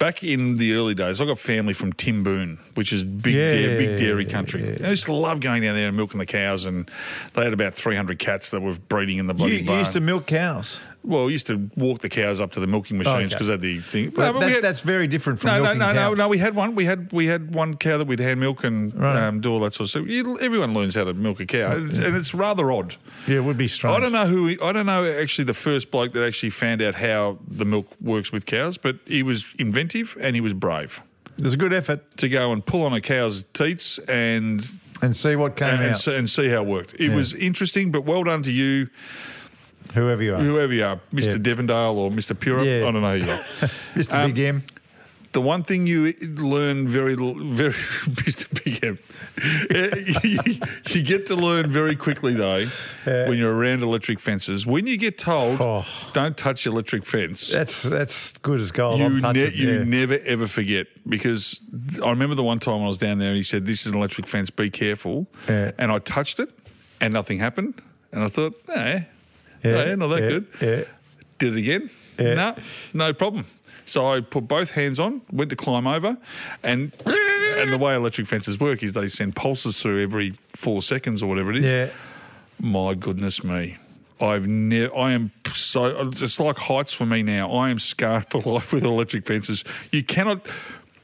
Speaker 1: Back in the early days, I got family from Timboon, which is big,
Speaker 2: Yeah,
Speaker 1: dairy,
Speaker 2: yeah,
Speaker 1: big dairy country. And I used to love going down there and milking the cows, and they had about 300 cats that were breeding in the
Speaker 2: You,
Speaker 1: bloody
Speaker 2: you
Speaker 1: barn.
Speaker 2: used to milk cows.
Speaker 1: well, we used to walk the cows up to the milking machines
Speaker 2: Okay.
Speaker 1: because they had the thing.
Speaker 2: But
Speaker 1: No, but
Speaker 2: that-
Speaker 1: we had-
Speaker 2: that's very different from
Speaker 1: no, no,
Speaker 2: milking
Speaker 1: no, no,
Speaker 2: cows.
Speaker 1: no. We had one. We had we had one cow that we'd hand milk and
Speaker 2: Right.
Speaker 1: um, do all that sort of stuff. You, everyone learns how to milk a cow, and it's rather odd.
Speaker 2: Yeah, it would be strange.
Speaker 1: I don't know who. He, I don't know actually the first bloke that actually found out how the milk works with cows, but he was inventive and he was brave
Speaker 2: It was a good effort.
Speaker 1: to go and pull on a cow's teats and
Speaker 2: And see what came
Speaker 1: and,
Speaker 2: out,
Speaker 1: and, see, and see how it worked. It was interesting, but well done to you,
Speaker 2: whoever you are.
Speaker 1: whoever you are, Mr.
Speaker 2: Yeah.
Speaker 1: Devondale or Mr. Purim.
Speaker 2: Yeah.
Speaker 1: I don't know who you are.
Speaker 2: Mr.
Speaker 1: Um,
Speaker 2: Big M.
Speaker 1: the one thing you learn very, l- very, Mr. Big M, you, you get to learn very quickly though when you're around electric fences. When you get told,
Speaker 2: Oh.
Speaker 1: don't touch electric fence.
Speaker 2: That's that's good as gold. I'm
Speaker 1: you
Speaker 2: touching.
Speaker 1: ne- you
Speaker 2: yeah.
Speaker 1: never ever forget because th- I remember the one time when I was down there and he said, "This is an electric fence. Be careful."
Speaker 2: Yeah.
Speaker 1: And I touched it, and nothing happened. And I thought, "Eh,
Speaker 2: Yeah,
Speaker 1: eh, not that
Speaker 2: yeah,
Speaker 1: good."
Speaker 2: yeah.
Speaker 1: Did it again.
Speaker 2: Yeah.
Speaker 1: No, no problem. So I put both hands on, went to climb over, and and the way electric fences work is they send pulses through every four seconds or whatever it is.
Speaker 2: Yeah.
Speaker 1: My goodness me. I've never, I am so, it's like heights for me now. I am scarred for life with electric fences. You cannot,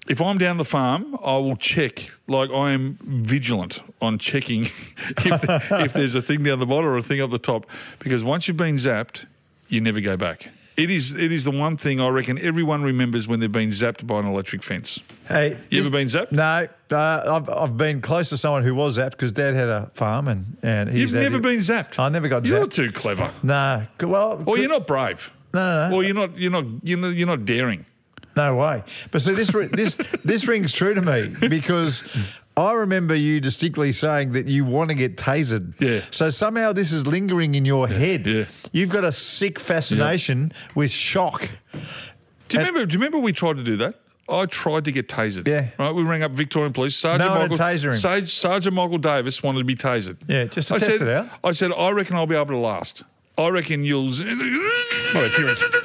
Speaker 1: if I'm down the farm, I will check, like I am vigilant on checking if, if there's a thing down the bottom or a thing up the top, because once you've been zapped, you never go back. It is it is the one thing I reckon everyone remembers when they've been zapped by an electric fence.
Speaker 2: Hey,
Speaker 1: You
Speaker 2: this-
Speaker 1: ever been zapped?
Speaker 2: No, uh, I've, I've been close to someone who was zapped because Dad had a farm and and he's
Speaker 1: You've never been zapped.
Speaker 2: I never got
Speaker 1: You're
Speaker 2: zapped.
Speaker 1: too clever.
Speaker 2: No, c- well,
Speaker 1: Or
Speaker 2: c-
Speaker 1: you're not brave.
Speaker 2: No, no, no.
Speaker 1: Or you're not you're not you're not, you're not daring.
Speaker 2: no way. But see, this ri- this this rings true to me because. I remember you distinctly saying that you want to get tasered.
Speaker 1: Yeah.
Speaker 2: So somehow this is lingering in your head.
Speaker 1: yeah.
Speaker 2: You've got a sick fascination with shock.
Speaker 1: Do you remember? Do you remember we tried to do that? I tried to get tasered.
Speaker 2: Yeah.
Speaker 1: Right. We rang up Victorian Police. Sergeant
Speaker 2: No one had
Speaker 1: Michael.
Speaker 2: taser him.
Speaker 1: Sar- Sergeant Michael Davis wanted to be tasered.
Speaker 2: Yeah, just to
Speaker 1: I
Speaker 2: test
Speaker 1: said,
Speaker 2: it out.
Speaker 1: I said, I reckon I'll be able to last. I reckon you'll. z-
Speaker 3: if you're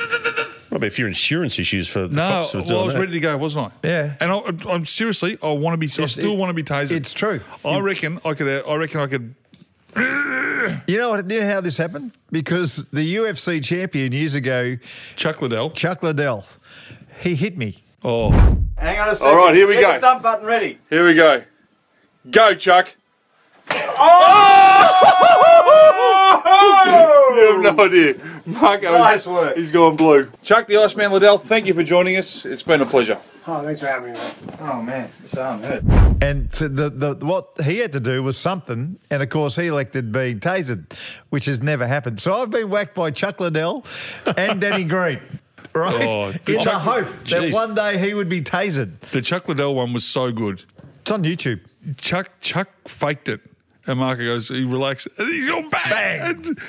Speaker 3: Probably a few insurance issues for the
Speaker 1: No,
Speaker 3: cops. for
Speaker 1: well,
Speaker 3: doing
Speaker 1: I was
Speaker 3: that.
Speaker 1: ready to go, wasn't I?
Speaker 2: Yeah.
Speaker 1: And I, I'm seriously, I want to be. I
Speaker 2: It's-
Speaker 1: still
Speaker 2: it-
Speaker 1: want to be tasered.
Speaker 2: it's true.
Speaker 1: I reckon I could. uh, I reckon I could.
Speaker 2: You know what? You know how this happened? Because the UFC champion years ago,
Speaker 1: Chuck Liddell.
Speaker 2: Chuck Liddell, he hit me.
Speaker 1: Oh,
Speaker 7: Hang on a second. All right, here we go. The dump button ready. Here we go. Go, Chuck. Oh! you have no idea. Marco, nice work. He's gone blue. Chuck the Iceman Liddell, thank you for joining us. It's been a pleasure.
Speaker 8: Oh, thanks for having me. Oh man, it's unheard.
Speaker 2: And to the, the what he had to do was something, and of course he elected being tasered, which has never happened. So I've been whacked by Chuck Liddell and Danny Green, right?
Speaker 1: Oh,
Speaker 2: In
Speaker 1: Chuck-
Speaker 2: the hope that
Speaker 3: Jeez.
Speaker 2: one day he would be tasered.
Speaker 1: the Chuck Liddell one was so good.
Speaker 2: It's on YouTube.
Speaker 1: Chuck Chuck faked it. And Marco goes, he relaxed. And He's gone bang. And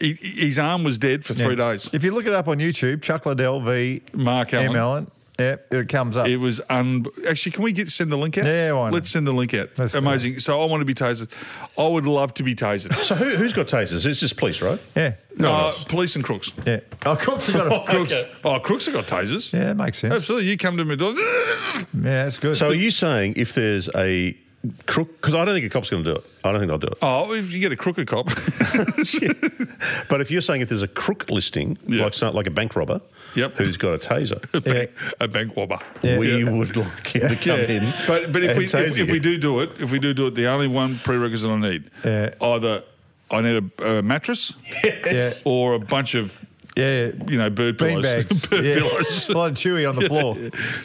Speaker 1: he- he- his arm was dead for three days.
Speaker 2: If you look it up on YouTube, Chuck Liddell v.
Speaker 1: Mark Allen.
Speaker 2: M. Allen. Yeah, it comes up.
Speaker 1: It was un. Actually, can we get send the link out?
Speaker 2: Yeah, why not?
Speaker 1: Let's send the link out.
Speaker 2: Let's do
Speaker 1: Amazing. So I want to be tasered. I would love to be tasered.
Speaker 3: So who, who's got tasers? It's just police, right?
Speaker 2: yeah,
Speaker 1: no,
Speaker 3: one
Speaker 1: uh,
Speaker 3: else.
Speaker 1: police and crooks.
Speaker 2: yeah. Oh, Crooks has got a.
Speaker 1: Crooks. Oh, crooks have got tasers.
Speaker 2: yeah, it makes sense.
Speaker 1: Absolutely. You come to me. door,
Speaker 2: Yeah, that's good.
Speaker 3: So are you saying if there's a crook? Because I don't think a cop's going to do it. I don't think they'll do it.
Speaker 1: Oh, if you get a crooked cop.
Speaker 3: But if you're saying if there's a crook listing,
Speaker 1: Yeah.
Speaker 3: like some, like a bank robber,
Speaker 1: Yep.
Speaker 3: who's got a taser,
Speaker 1: Bank- a bank wobber.
Speaker 3: we would like him to come in.
Speaker 1: But but if
Speaker 3: and
Speaker 1: we if,
Speaker 3: tase
Speaker 1: if
Speaker 3: you.
Speaker 1: we do do it, if we do do it, the only one prerequisite I need
Speaker 2: Yeah.
Speaker 1: either I need a, a mattress
Speaker 2: Yes.
Speaker 1: or a bunch of
Speaker 2: yeah,
Speaker 1: you know bird
Speaker 2: bean
Speaker 1: pillows.
Speaker 2: bags.
Speaker 1: bird
Speaker 2: yeah.
Speaker 1: pillows.
Speaker 2: a lot of chewy on the floor.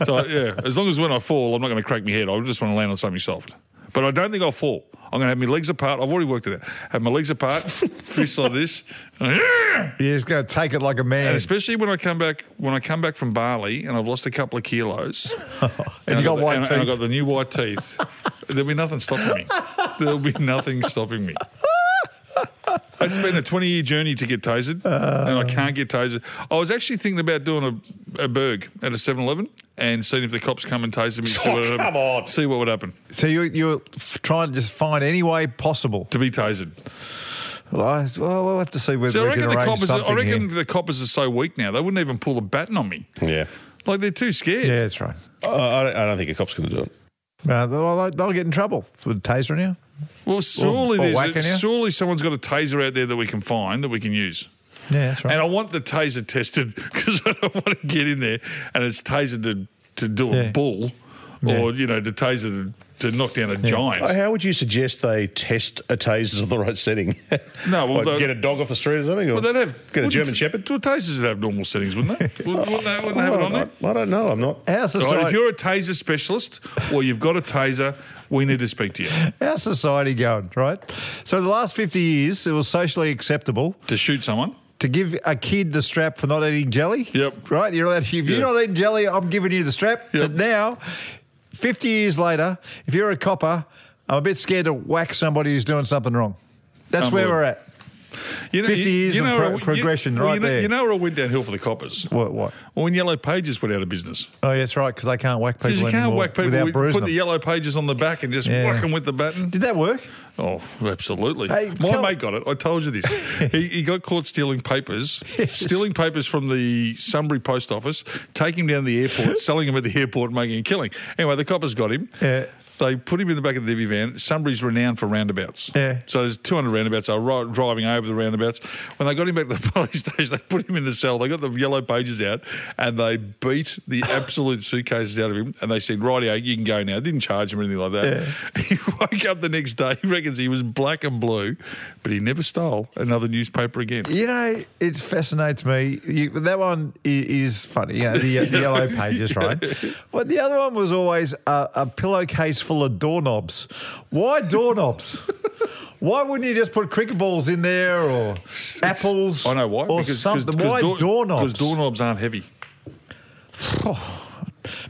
Speaker 1: so yeah, as long as when I fall, I'm not going to crack my head. I just want to land on something soft. But I don't think I'll fall. I'm going to have my legs apart. I've already worked it out. Have my legs apart, fists like this, and
Speaker 2: You're just going to take it like a man.
Speaker 1: especially when I come back when I come back from Bali and I've lost a couple of kilos,
Speaker 2: And
Speaker 1: I
Speaker 2: you got
Speaker 1: the-
Speaker 2: white
Speaker 1: and, and I
Speaker 2: teeth.
Speaker 1: got the new white teeth. There'll be nothing stopping me. There'll be nothing stopping me. It's been a 20 year journey to get tasered, and I can't get tasered. I was actually thinking about doing a, a burg at a 7 Eleven and seeing if the cops come and taser me. see
Speaker 3: Oh,
Speaker 1: what would happen-
Speaker 3: come on.
Speaker 1: See what would happen
Speaker 2: So you're, you're f- trying to just find any way possible.
Speaker 1: to be tasered.
Speaker 2: Well, I, well we'll have to see whether
Speaker 1: So I
Speaker 2: we
Speaker 1: reckon,
Speaker 2: can
Speaker 1: the
Speaker 2: arrange
Speaker 1: coppers,
Speaker 2: something
Speaker 1: I reckon
Speaker 2: here.
Speaker 1: the coppers are so weak now, they wouldn't even pull a baton on me.
Speaker 3: yeah,
Speaker 1: Like they're too scared.
Speaker 2: Yeah, that's right.
Speaker 3: I, I don't- I don't think a cop's going to do it.
Speaker 2: Uh, they'll, they'll get in trouble for the taser now.
Speaker 1: Well, surely
Speaker 2: or
Speaker 1: there's
Speaker 2: whacking
Speaker 1: a,
Speaker 2: you?
Speaker 1: surely someone's got a taser out there that we can find that we can use.
Speaker 2: Yeah, that's right.
Speaker 1: And I want the taser tested because I don't want to get in there and it's tasered to, to do a
Speaker 2: Yeah.
Speaker 1: bull or, you know, to taser to, to knock down a giant.
Speaker 3: How would you suggest they test a taser in the right setting?
Speaker 1: No, well,
Speaker 3: Like,
Speaker 1: they-
Speaker 3: get a dog off the street or something. Or
Speaker 1: Well, they'd have
Speaker 3: get a
Speaker 1: wouldn't-
Speaker 3: German Shepherd. Oh,
Speaker 1: Well, tasers would have normal settings, wouldn't they? wouldn't, wouldn't they, wouldn't they have it on there?
Speaker 3: I, I don't know. I'm not.
Speaker 2: Our
Speaker 1: All
Speaker 2: society,
Speaker 1: right, if you're a taser specialist or you've got a taser, we need to speak to you
Speaker 2: our society going, right? So the last 50 years, it was socially acceptable
Speaker 1: to shoot someone.
Speaker 2: to give a kid the strap for not eating jelly.
Speaker 1: Yep.
Speaker 2: Right? You're allowed, if you're
Speaker 1: Yeah.
Speaker 2: not eating jelly, I'm giving you the strap. So
Speaker 1: Yep.
Speaker 2: now, 50 years later, if you're a copper, I'm a bit scared to whack somebody who's doing something wrong. That's where we're at.
Speaker 1: You know,
Speaker 2: 50 years of
Speaker 1: where
Speaker 2: pro-
Speaker 1: I-
Speaker 2: progression
Speaker 1: well,
Speaker 2: right
Speaker 1: you know,
Speaker 2: there.
Speaker 1: You know where I went downhill for the coppers?
Speaker 2: What? What?
Speaker 1: Well, when Yellow Pages went out of business.
Speaker 2: Oh, yeah, that's right, because they can't whack people
Speaker 1: Because you can't
Speaker 2: anymore
Speaker 1: whack people.
Speaker 2: without
Speaker 1: with-
Speaker 2: bruising
Speaker 1: put the
Speaker 2: them.
Speaker 1: yellow pages on the back and just
Speaker 2: Yeah.
Speaker 1: whack 'em with the baton.
Speaker 2: Did that work?
Speaker 1: Oh, absolutely.
Speaker 2: Hey,
Speaker 1: My
Speaker 2: tell-
Speaker 1: mate got it. I told you this. he, he got caught stealing papers, stealing papers from the Sunbury post office, taking him down to the airport, selling them at the airport, making a killing. Anyway, the coppers got him.
Speaker 2: Yeah.
Speaker 1: They put him in the back of the divvy van. Sunbury's renowned for roundabouts.
Speaker 2: Yeah.
Speaker 1: So there's 200 roundabouts. They were ri- driving over the roundabouts. When they got him back to the police station, they put him in the cell. They got the yellow pages out and they beat the absolute suitcases out of him. And they said, "Rightio, you can go now." Didn't charge him or anything like that. He woke up the next day. He reckons he was black and blue, but he never stole another newspaper again.
Speaker 2: You know, it fascinates me. You, that one i- is funny. You know, the, the yellow pages, right? But the other one was always a, a pillowcase full of doorknobs. Why doorknobs? why wouldn't you just put cricket balls in there or apples?
Speaker 1: I know why.
Speaker 2: Or something. why
Speaker 1: door-
Speaker 2: doorknobs? Oh.
Speaker 1: Because doorknobs aren't heavy.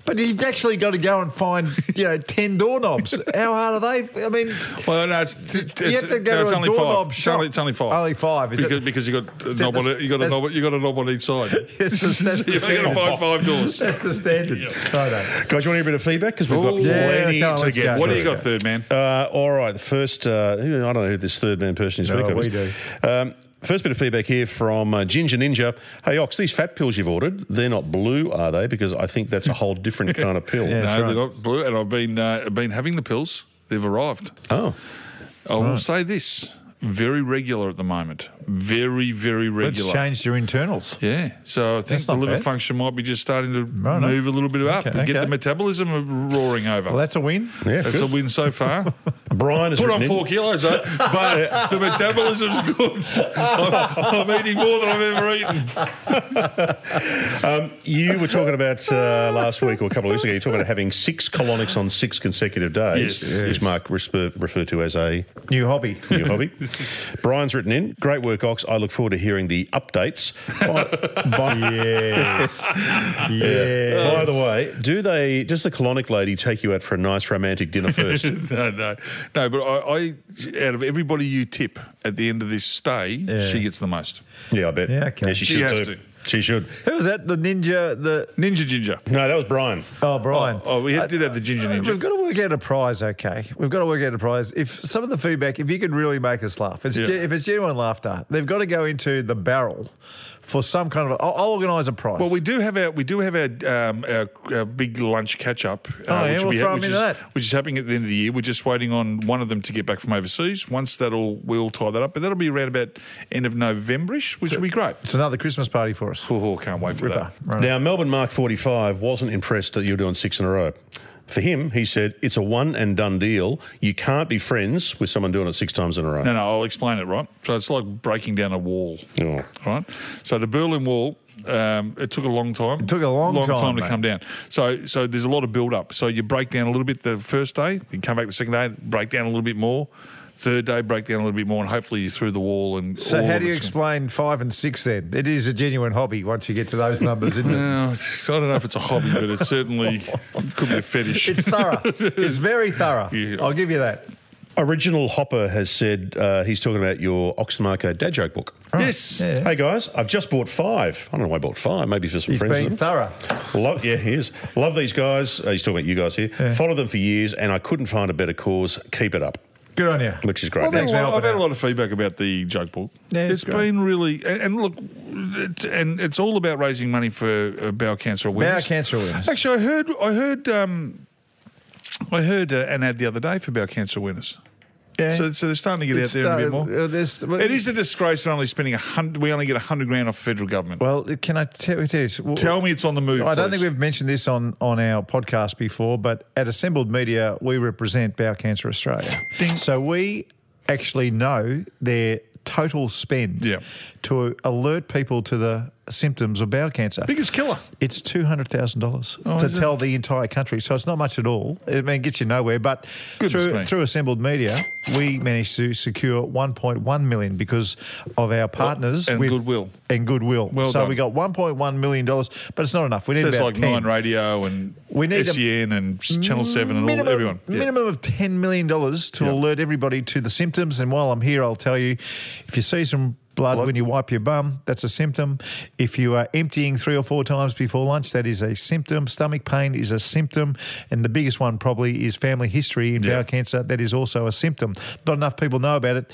Speaker 2: but you've actually got to go and find, you know, ten doorknobs. How hard are they? I mean,
Speaker 1: Well, no, it's, it's,
Speaker 2: You have to go
Speaker 1: no,
Speaker 2: to
Speaker 1: it's
Speaker 2: a
Speaker 1: only
Speaker 2: doorknob
Speaker 1: five. It's
Speaker 2: shop.
Speaker 1: only, it's only five.
Speaker 2: Only five, is it?
Speaker 1: because, because you got a
Speaker 2: Is that
Speaker 1: knob on
Speaker 2: the-
Speaker 1: it. You got a
Speaker 2: that's-
Speaker 1: knob. You got a knob on each side.
Speaker 2: that's the, that's the
Speaker 1: You're
Speaker 2: standard.
Speaker 1: going to find five doors.
Speaker 2: That's the standard. I know.
Speaker 3: Guys, you want to hear a bit of feedback? Because we've
Speaker 1: Ooh.
Speaker 3: got
Speaker 1: Yeah,
Speaker 3: plenty
Speaker 2: come on,
Speaker 3: to
Speaker 2: let's
Speaker 3: get
Speaker 2: go.
Speaker 1: What do
Speaker 3: through.
Speaker 1: you got, third man?
Speaker 3: Uh, all right, the first, uh, I don't know who this third man person is.
Speaker 2: No,
Speaker 3: speak of
Speaker 2: we
Speaker 3: is. Um, first bit of feedback here from uh, Ginger Ninja. Hey, Ox, these fat pills you've ordered, they're not blue, are they? Because I think that's a whole different kind of pill.
Speaker 1: no,
Speaker 2: that's
Speaker 1: they're not blue. And I've been uh, been having the pills. They've arrived.
Speaker 3: Oh.
Speaker 1: I will say this: very regular at the moment. Very, very
Speaker 2: Let's
Speaker 1: regular.
Speaker 2: change your internals.
Speaker 1: Yeah, so I think
Speaker 2: That's
Speaker 1: the
Speaker 2: not
Speaker 1: liver
Speaker 2: bad.
Speaker 1: function might be just starting to
Speaker 2: Right, no.
Speaker 1: move a little bit up
Speaker 2: Okay,
Speaker 1: and get
Speaker 2: okay.
Speaker 1: the metabolism roaring over.
Speaker 2: Well, that's a win.
Speaker 3: Yeah,
Speaker 1: that's a
Speaker 3: good.
Speaker 1: win so far.
Speaker 3: Brian has
Speaker 1: Put on
Speaker 3: written in.
Speaker 1: four kilos, though, but the metabolism's good. I'm, I'm eating more than I've ever eaten.
Speaker 3: You were talking about uh, last week or a couple of weeks ago, you were talking about having six colonics on six consecutive days,
Speaker 1: Yes.
Speaker 3: which Mark resper- referred to as a
Speaker 2: New hobby.
Speaker 3: new hobby. Brian's written in. Great work, Ox. I look forward to hearing the updates. Oh, By, by-
Speaker 2: Yes.
Speaker 3: yeah.
Speaker 2: yes.
Speaker 3: By the way, do they? Does the colonic lady take you out for a nice romantic dinner first?
Speaker 1: no, no, no. But I, I, out of everybody you tip at the end of this stay, she gets the most.
Speaker 3: yeah, I bet.
Speaker 2: Yeah, okay.
Speaker 3: she,
Speaker 1: She
Speaker 3: should
Speaker 1: has
Speaker 3: do.
Speaker 1: to.
Speaker 3: She should.
Speaker 2: Who was that? The ninja, the.
Speaker 1: Ninja Ginger.
Speaker 3: No, that was Brian.
Speaker 2: Oh, Brian.
Speaker 1: Oh, we had, did have the Ginger
Speaker 2: We've
Speaker 1: Ninja.
Speaker 2: got to work out a prize, okay? We've got to work out a prize. If some of the feedback, if you could really make us laugh, it's
Speaker 1: Yeah.
Speaker 2: ge- if it's genuine laughter, they've got to go into the barrel for some kind of. I'll, I'll organise a prize.
Speaker 1: Well, we do have our we do have our um, our, our big lunch catch up, uh,
Speaker 2: Oh, yeah,
Speaker 1: which,
Speaker 2: we'll
Speaker 1: be-
Speaker 2: throw 'em
Speaker 1: which, is,
Speaker 2: into that.
Speaker 1: which is happening at the end of the year. We're just waiting on one of them to get back from overseas. Once that'll we'll tie that up, but that'll be around about end of Novemberish, which will be great.
Speaker 2: it's another Christmas party for us.
Speaker 1: Oh, can't wait for
Speaker 2: Ripper.
Speaker 1: that.
Speaker 2: Right.
Speaker 3: Now, Melbourne Mark 45 wasn't impressed that you were doing six in a row. For him, he said, it's a one and done deal. You can't be friends with someone doing it six times in a row.
Speaker 1: No, no, I'll explain it, right? So it's like breaking down a wall,
Speaker 3: Oh.
Speaker 1: right? So the Berlin Wall, um, it took a long time. It
Speaker 2: took a long
Speaker 1: long
Speaker 2: time,
Speaker 1: time, to
Speaker 2: mate.
Speaker 1: come down. So, so there's a lot of build up. So you break down a little bit the first day, you come back the second day, break down a little bit more. Third day, break down a little bit more, and hopefully you're through the wall. And
Speaker 2: So,
Speaker 1: all
Speaker 2: how
Speaker 1: of
Speaker 2: do you
Speaker 1: it's-
Speaker 2: explain five and six then? It is a genuine hobby once you get to those numbers, isn't it?
Speaker 1: Uh, I don't know if it's a hobby, but it certainly could be a fetish.
Speaker 2: Oh. It's thorough. It's very thorough.
Speaker 1: Yeah.
Speaker 2: I'll give you that.
Speaker 3: Original Hopper has said uh, he's talking about your Oxmarker dad joke book.
Speaker 1: yes.
Speaker 2: Yeah.
Speaker 3: Hey guys, I've just bought five. I don't know why I bought five. Maybe for some
Speaker 2: He's
Speaker 3: friends.
Speaker 2: been
Speaker 3: with them.
Speaker 2: thorough.
Speaker 3: Love, yeah, he is. Love these guys. Uh, he's talking about you guys here. Followed them for years, and I couldn't find a better cause. Keep it up,
Speaker 2: Good on you.
Speaker 3: which is
Speaker 1: I've
Speaker 3: great.
Speaker 1: had,
Speaker 2: Thanks
Speaker 1: a
Speaker 2: for
Speaker 1: lot, I've
Speaker 2: helping
Speaker 1: had a
Speaker 2: out.
Speaker 1: lot of feedback about the joke book.
Speaker 2: Yeah, it's
Speaker 1: it's
Speaker 2: great.
Speaker 1: been really, and, and look, it, and it's all about raising money for uh, bowel cancer awareness.
Speaker 2: cancer awareness.
Speaker 1: Actually, I heard, I heard, um, I heard uh, an ad the other day for bowel cancer awareness.
Speaker 2: Yeah.
Speaker 1: So, so they're starting to get
Speaker 2: It's
Speaker 1: out there a bit
Speaker 2: started-
Speaker 1: more.
Speaker 2: uh, there's- well-
Speaker 1: it is a disgrace that only spending a hundred. We only get a hundred grand off the federal government.
Speaker 2: Well, can I tell you this? Well,
Speaker 1: Tell me it's on the move.
Speaker 2: I don't
Speaker 1: please.
Speaker 2: think we've mentioned this on, on our podcast before, but at Assembled Media, we represent Bowel Cancer Australia. So we actually know their total spend
Speaker 1: Yeah.
Speaker 2: to alert people to the symptoms of bowel cancer.
Speaker 1: biggest killer.
Speaker 2: It's two hundred thousand dollars to
Speaker 1: Oh, is it?
Speaker 2: tell the entire country, so it's not much at all. I mean, it gets you nowhere. But
Speaker 1: Goodness
Speaker 2: through,
Speaker 1: me.
Speaker 2: through assembled media, we managed to secure one point one million because of our partners
Speaker 1: and
Speaker 2: with-
Speaker 1: goodwill.
Speaker 2: and goodwill.
Speaker 1: Well
Speaker 2: so
Speaker 1: done.
Speaker 2: we got one point one million dollars, but it's not enough. We need
Speaker 1: So it's
Speaker 2: about
Speaker 1: like
Speaker 2: 10.
Speaker 1: Nine Radio and
Speaker 2: We need a
Speaker 1: SEN and Channel Seven and
Speaker 2: minimum,
Speaker 1: all everyone. Yeah.
Speaker 2: Minimum of ten million dollars to alert everybody to the symptoms. And while I'm here, I'll tell you: if you see some blood when you wipe your bum, that's a symptom. If you are emptying three or four times before lunch, that is a symptom. Stomach pain is a symptom, and the biggest one probably is family history in bowel cancer. That is also a symptom. Not enough people know about it.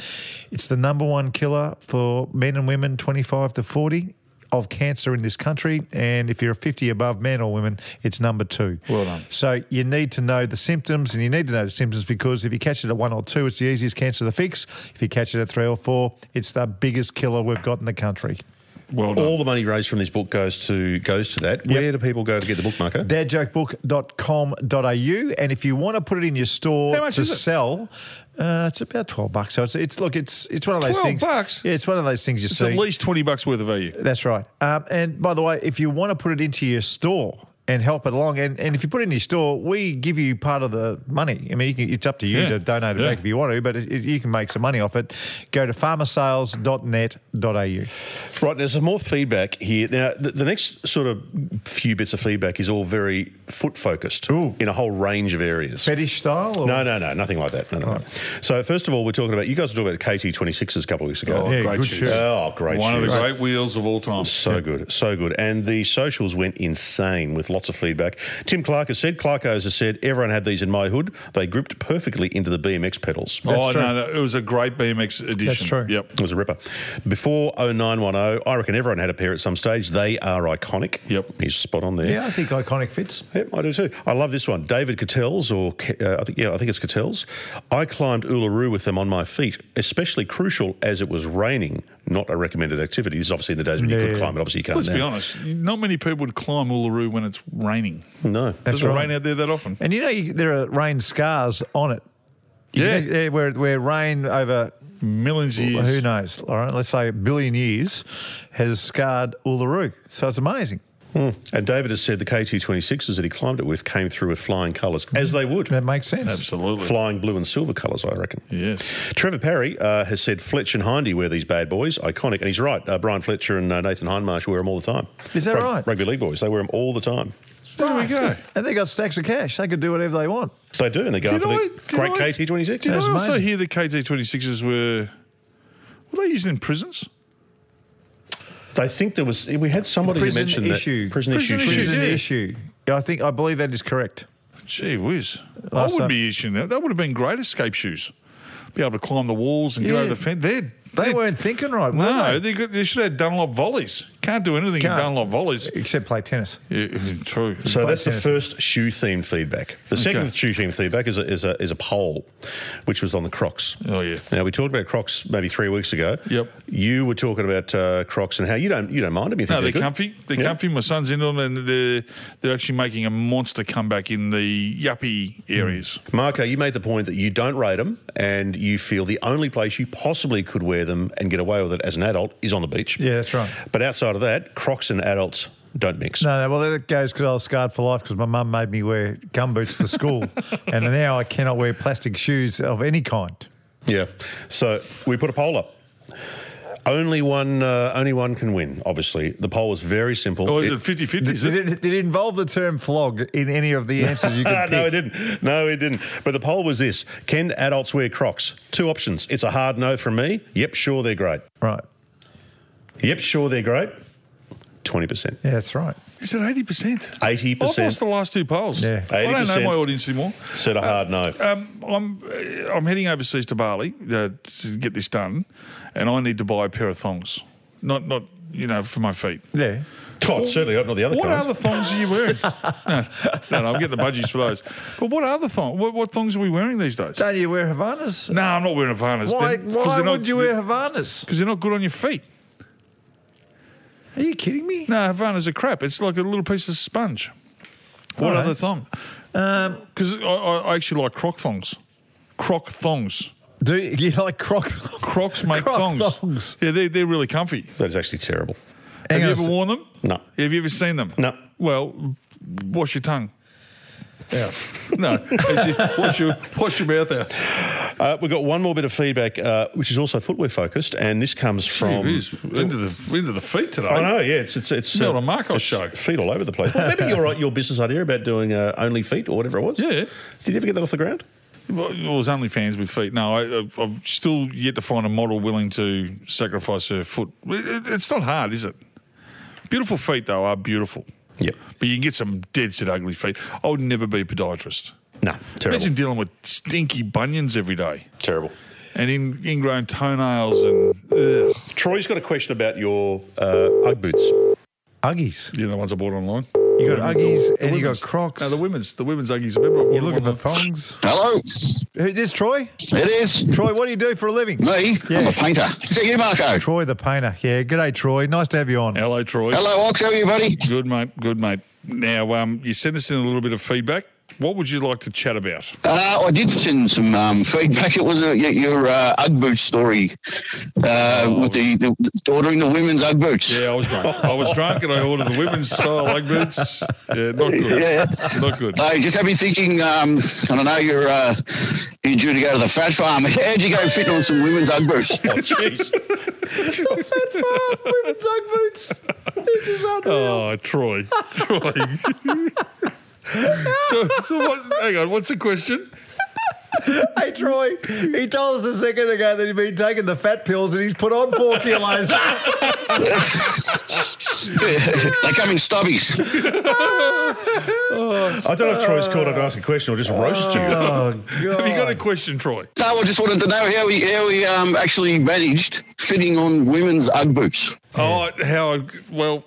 Speaker 2: It's the number one killer for men and women, twenty-five to forty. of cancer in this country. And if you're 50 above men or women, it's number two.
Speaker 1: Well done.
Speaker 2: So you need to know the symptoms, and you need to know the symptoms because if you catch it at one or two, it's the easiest cancer to fix. If you catch it at three or four, it's the biggest killer we've got in the country.
Speaker 1: Well
Speaker 3: All the money raised from this book goes to goes to that. Where do people go to get the book, Marco?
Speaker 2: dadjokebook.com.au. And if you want to put it in your store
Speaker 3: How much
Speaker 2: to
Speaker 3: is it?
Speaker 2: sell, uh, it's about 12 bucks. So it's, it's look, it's it's one of those
Speaker 1: 12
Speaker 2: things.
Speaker 1: bucks?
Speaker 2: Yeah, it's one of those things you
Speaker 1: It's
Speaker 2: see.
Speaker 1: at least 20 bucks worth of value.
Speaker 2: That's right. Um, and by the way, if you want to put it into your store and help it along, and, and if you put it in your store, we give you part of the money. I mean, you can, it's up to you
Speaker 1: Yeah.
Speaker 2: to donate it
Speaker 1: Yeah.
Speaker 2: back if you want to, but it, it- you can make some money off it. Go to farmersales.net.au.
Speaker 3: Right, there's some more feedback here. Now, the, the next sort of few bits of feedback is all very foot focused in a whole range of areas.
Speaker 2: Fetish style? Or?
Speaker 3: No, no, no, nothing like that. No, no, no. So, first of all, we're talking about you guys were talking about KT26s a couple of weeks ago.
Speaker 1: Oh,
Speaker 2: Yeah,
Speaker 1: great
Speaker 2: good
Speaker 1: shoes.
Speaker 2: shoes.
Speaker 3: Oh, great
Speaker 1: One of the
Speaker 3: shoes.
Speaker 1: great wheels of all time.
Speaker 3: So good, so good. And the socials went insane with lots of feedback. Tim Clark has said, Clarkos has said, everyone had these in my hood. They gripped perfectly into the BMX pedals.
Speaker 1: oh,
Speaker 2: true.
Speaker 1: no, no, it was a great BMX edition.
Speaker 2: That's true.
Speaker 1: Yep.
Speaker 3: It was a ripper. Before 0910, I reckon everyone had a pair at some stage. They are iconic.
Speaker 1: Yep.
Speaker 3: He's spot on there.
Speaker 2: Yeah, I think iconic fits.
Speaker 3: Yep, I do too. I love this one, David Cattell's, or Ca- uh, I think yeah, I think it's Cattell's. I climbed Uluru with them on my feet, especially crucial as it was raining. Not a recommended activity. This is obviously in the days when you
Speaker 2: Yeah.
Speaker 3: could climb it. Obviously, you can't.
Speaker 1: Let's
Speaker 3: now.
Speaker 1: be honest. Not many people would climb Uluru when it's raining.
Speaker 3: No,
Speaker 1: Doesn't
Speaker 2: right.
Speaker 1: rain out there that often.
Speaker 2: And you know, you, there are rain scars on it. You
Speaker 1: Yeah.
Speaker 2: can- yeah, where, where rain over
Speaker 1: Millions of
Speaker 2: Well,
Speaker 1: years.
Speaker 2: who knows? All right, let's say a billion years has scarred Uluru. So it's amazing.
Speaker 3: and David has said the KT 26s that he climbed it with came through with flying colours, as they would.
Speaker 2: That makes sense.
Speaker 1: Absolutely.
Speaker 3: Flying blue and silver colours, I reckon.
Speaker 1: Yes.
Speaker 3: Trevor Parry uh, has said Fletch and Hindy wear these bad boys, iconic, and he's right. Uh, Brian Fletcher and uh, Nathan Hindmarsh wear them all the time.
Speaker 2: Is that
Speaker 3: Rug-
Speaker 2: right?
Speaker 3: Rugby league boys, they wear them all the time.
Speaker 1: There we go.
Speaker 2: And they got stacks of cash. They could do whatever they want.
Speaker 3: They do, and they go
Speaker 1: Did
Speaker 3: for
Speaker 1: I-
Speaker 3: the
Speaker 1: did
Speaker 3: great
Speaker 1: I-
Speaker 3: KT twenty six.
Speaker 1: Did I
Speaker 2: That's
Speaker 1: also
Speaker 2: amazing.
Speaker 1: hear the KT 26s were. Were they used in prisons?
Speaker 3: They think there was. We had somebody who
Speaker 2: Prison
Speaker 3: mentioned
Speaker 2: issue.
Speaker 3: that prison,
Speaker 1: Prison
Speaker 3: issue.
Speaker 1: issue.
Speaker 3: shoes.
Speaker 2: Prison
Speaker 1: yeah.
Speaker 2: issue. Yeah, I think I believe that is correct.
Speaker 1: Gee whiz. I
Speaker 2: Last
Speaker 1: would
Speaker 2: time-
Speaker 1: be issuing that. That would have been great escape shoes. Be able to climb the walls and
Speaker 2: Yeah.
Speaker 1: get over the fence. They're,
Speaker 2: They
Speaker 1: they're-
Speaker 2: weren't thinking right, were
Speaker 1: No, they,
Speaker 2: they?
Speaker 1: got, they should have Dunlop volleys. Can't do anything
Speaker 2: Can't.
Speaker 1: in Dunlop volleys.
Speaker 2: Except play tennis.
Speaker 1: Yeah, true.
Speaker 3: So that's the
Speaker 2: tennis.
Speaker 3: first shoe themed feedback. The second
Speaker 1: Okay.
Speaker 3: shoe themed feedback is a, is, a, is a poll, which was on the Crocs.
Speaker 1: Oh, yeah.
Speaker 3: Now we talked about Crocs maybe three weeks ago.
Speaker 1: Yep.
Speaker 3: You were talking about uh, Crocs and how you don't you don't mind them. You think
Speaker 1: No, they're
Speaker 3: good?
Speaker 1: comfy. They're
Speaker 3: Yeah.
Speaker 1: comfy. My son's into them, and they're they're actually making a monster comeback in the yuppie areas.
Speaker 3: Marco, you made the point that you don't rate them, and you feel the only place you possibly could wear them and get away with it as an adult is on the beach.
Speaker 2: Yeah, that's right.
Speaker 3: But outside of that, Crocs and adults don't mix.
Speaker 2: No, no, well, that goes because I was scarred for life because my mum made me wear gum boots to school. and now I cannot wear plastic shoes of any kind.
Speaker 3: Yeah. So we put a poll up. Only one, uh, only one can win. Obviously, the poll was very simple.
Speaker 1: Or Oh, is
Speaker 3: It-
Speaker 1: it 50 50?
Speaker 2: Did it, did it involve the term flog in any of the answers you could pick?
Speaker 3: no, it didn't. No, it didn't. But the poll was this: Can adults wear Crocs? Two options. It's a hard no from me. Yep, sure they're great.
Speaker 2: Right.
Speaker 3: Yep, sure they're great. Twenty percent.
Speaker 2: Yeah, that's right.
Speaker 1: Is it 80%?
Speaker 3: Eighty
Speaker 1: I've lost
Speaker 3: percent
Speaker 1: the last two polls.
Speaker 2: Yeah.
Speaker 1: I don't know
Speaker 3: 80%.
Speaker 1: my audience anymore.
Speaker 3: said a hard no.
Speaker 1: Um, I'm uh, I'm heading overseas to Bali uh, to get this done, and I need to buy a pair of thongs. Not not you know for my feet.
Speaker 2: Yeah.
Speaker 3: Oh, it's certainly not the other
Speaker 1: What
Speaker 3: kind.
Speaker 1: other thongs are you wearing? no, no, no, I'm getting the budgies for those. But what other thongs? What, what thongs are we wearing these days?
Speaker 2: Don't you wear Havanas?
Speaker 1: No, I'm not wearing Havanas.
Speaker 2: Why,
Speaker 1: They're- 'cause
Speaker 2: why
Speaker 1: they're not-
Speaker 2: would you wear Havanas?
Speaker 1: Because they're not good on your feet.
Speaker 2: Are you kidding me?
Speaker 1: No, Havanas are crap. It's like a little piece of sponge. What
Speaker 2: All right. Um,
Speaker 1: other thong? Because I, I, I actually like croc thongs. Croc thongs.
Speaker 2: Do you, you like Crocs?
Speaker 1: Crocs make
Speaker 2: Croc
Speaker 1: thongs.
Speaker 2: thongs.
Speaker 1: Yeah, they're, they're really comfy.
Speaker 3: That is actually terrible.
Speaker 2: Hang
Speaker 1: Have
Speaker 2: on
Speaker 1: you
Speaker 2: a
Speaker 1: ever
Speaker 2: sec.
Speaker 1: worn them?
Speaker 3: No.
Speaker 1: Have you ever seen them?
Speaker 3: No.
Speaker 1: Well, wash your tongue.
Speaker 2: Yeah.
Speaker 1: No, actually, wash your wash your mouth out.
Speaker 3: Uh, we've got one more bit of feedback, uh, which is also footwear focused, and this comes from.
Speaker 1: Gee, it is. into the into the feet today.
Speaker 3: I know, yeah, it's it's it's uh,
Speaker 1: Not a Marcos
Speaker 3: it's
Speaker 1: show.
Speaker 3: Feet all over the place. Well, maybe you're right. Your business idea about doing uh, only feet or whatever it was.
Speaker 1: Yeah.
Speaker 3: Did you ever get that off the ground?
Speaker 1: Well, it was only fans with feet. No, I, I've- I've still yet to find a model willing to sacrifice her foot. It- it- It's not hard, is it? Beautiful feet, though, are beautiful.
Speaker 3: Yep.
Speaker 1: But you can get some dead set ugly feet. I would never be a podiatrist.
Speaker 3: No. Terrible.
Speaker 1: Imagine dealing with stinky bunions every day
Speaker 3: Terrible.
Speaker 1: and in, ingrown toenails and. Ugh.
Speaker 3: Troy's got a question about your uh, UGG boots.
Speaker 2: Uggies.
Speaker 1: You know the ones I bought online.
Speaker 2: You got Uggies
Speaker 1: The
Speaker 2: and you got
Speaker 1: women's-
Speaker 2: Crocs.
Speaker 1: No, the women's. The women's Uggies. Remember, I bought
Speaker 2: you look at
Speaker 1: them
Speaker 2: the
Speaker 1: online.
Speaker 2: thongs.
Speaker 9: Hello,
Speaker 2: Who this Troy?
Speaker 9: it is.
Speaker 2: Troy, what do you do for a living?
Speaker 9: Me? I'm a painter. Is that you, Marco?
Speaker 2: Troy the painter. Yeah, good day, Troy. Nice to have you on.
Speaker 1: Hello, Troy.
Speaker 9: Hello, Ox. How are you, buddy?
Speaker 1: Good, mate. Good, mate. Now, um, you sent us in a little bit of feedback. What would you like to chat about?
Speaker 9: Uh, I did send some um, feedback. It was a, y- your uh, Ugg boot story uh, with the, the ordering the women's Ugg boots.
Speaker 1: Yeah, I was drunk. I was drunk and I ordered the women's style leg boots. Yeah, not good.
Speaker 9: Yeah.
Speaker 1: Not good.
Speaker 9: I just had me thinking. Um, and I know you're uh, you're due to go to the fat farm. How'd you go fitting on some women's Ugg boots?
Speaker 3: Oh, jeez.
Speaker 2: Oh, Women's Ugg boots. This is unreal.
Speaker 1: Oh, Troy. Troy. so, so what, hang on, what's the question?
Speaker 2: Hey, Troy, he told us a second ago that he'd been taking the fat pills and he's put on four kilos.
Speaker 9: they come in stubbies.
Speaker 3: I don't know if Troy's called up to ask a question or just roast you.
Speaker 2: oh,
Speaker 1: Have you got a
Speaker 2: God.
Speaker 1: question, Troy?
Speaker 9: No, I just wanted to know how he how he um, actually managed fitting on women's Ugg boots.
Speaker 1: Oh, I- how? I, well,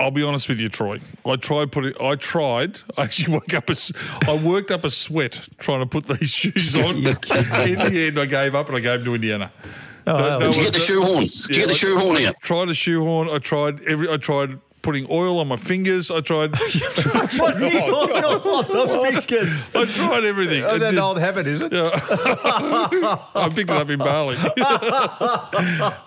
Speaker 1: I'll be honest with you, Troy. I tried putting. I tried. I actually woke up. A, s- I worked up a sweat trying to put these shoes on. In the end, I gave up and I gave them to Indiana. Oh,
Speaker 2: that
Speaker 9: Did you get the shoehorn? Did you get the shoehorn
Speaker 1: I,
Speaker 9: in?
Speaker 1: Tried a shoehorn. I tried every. I tried putting oil on my fingers. I tried.
Speaker 2: What are you on on the fingers?
Speaker 1: I tried everything.
Speaker 2: Oh,
Speaker 1: It
Speaker 2: that's
Speaker 1: did-
Speaker 2: old habit, is it?
Speaker 1: Yeah. I picked it up in Bali.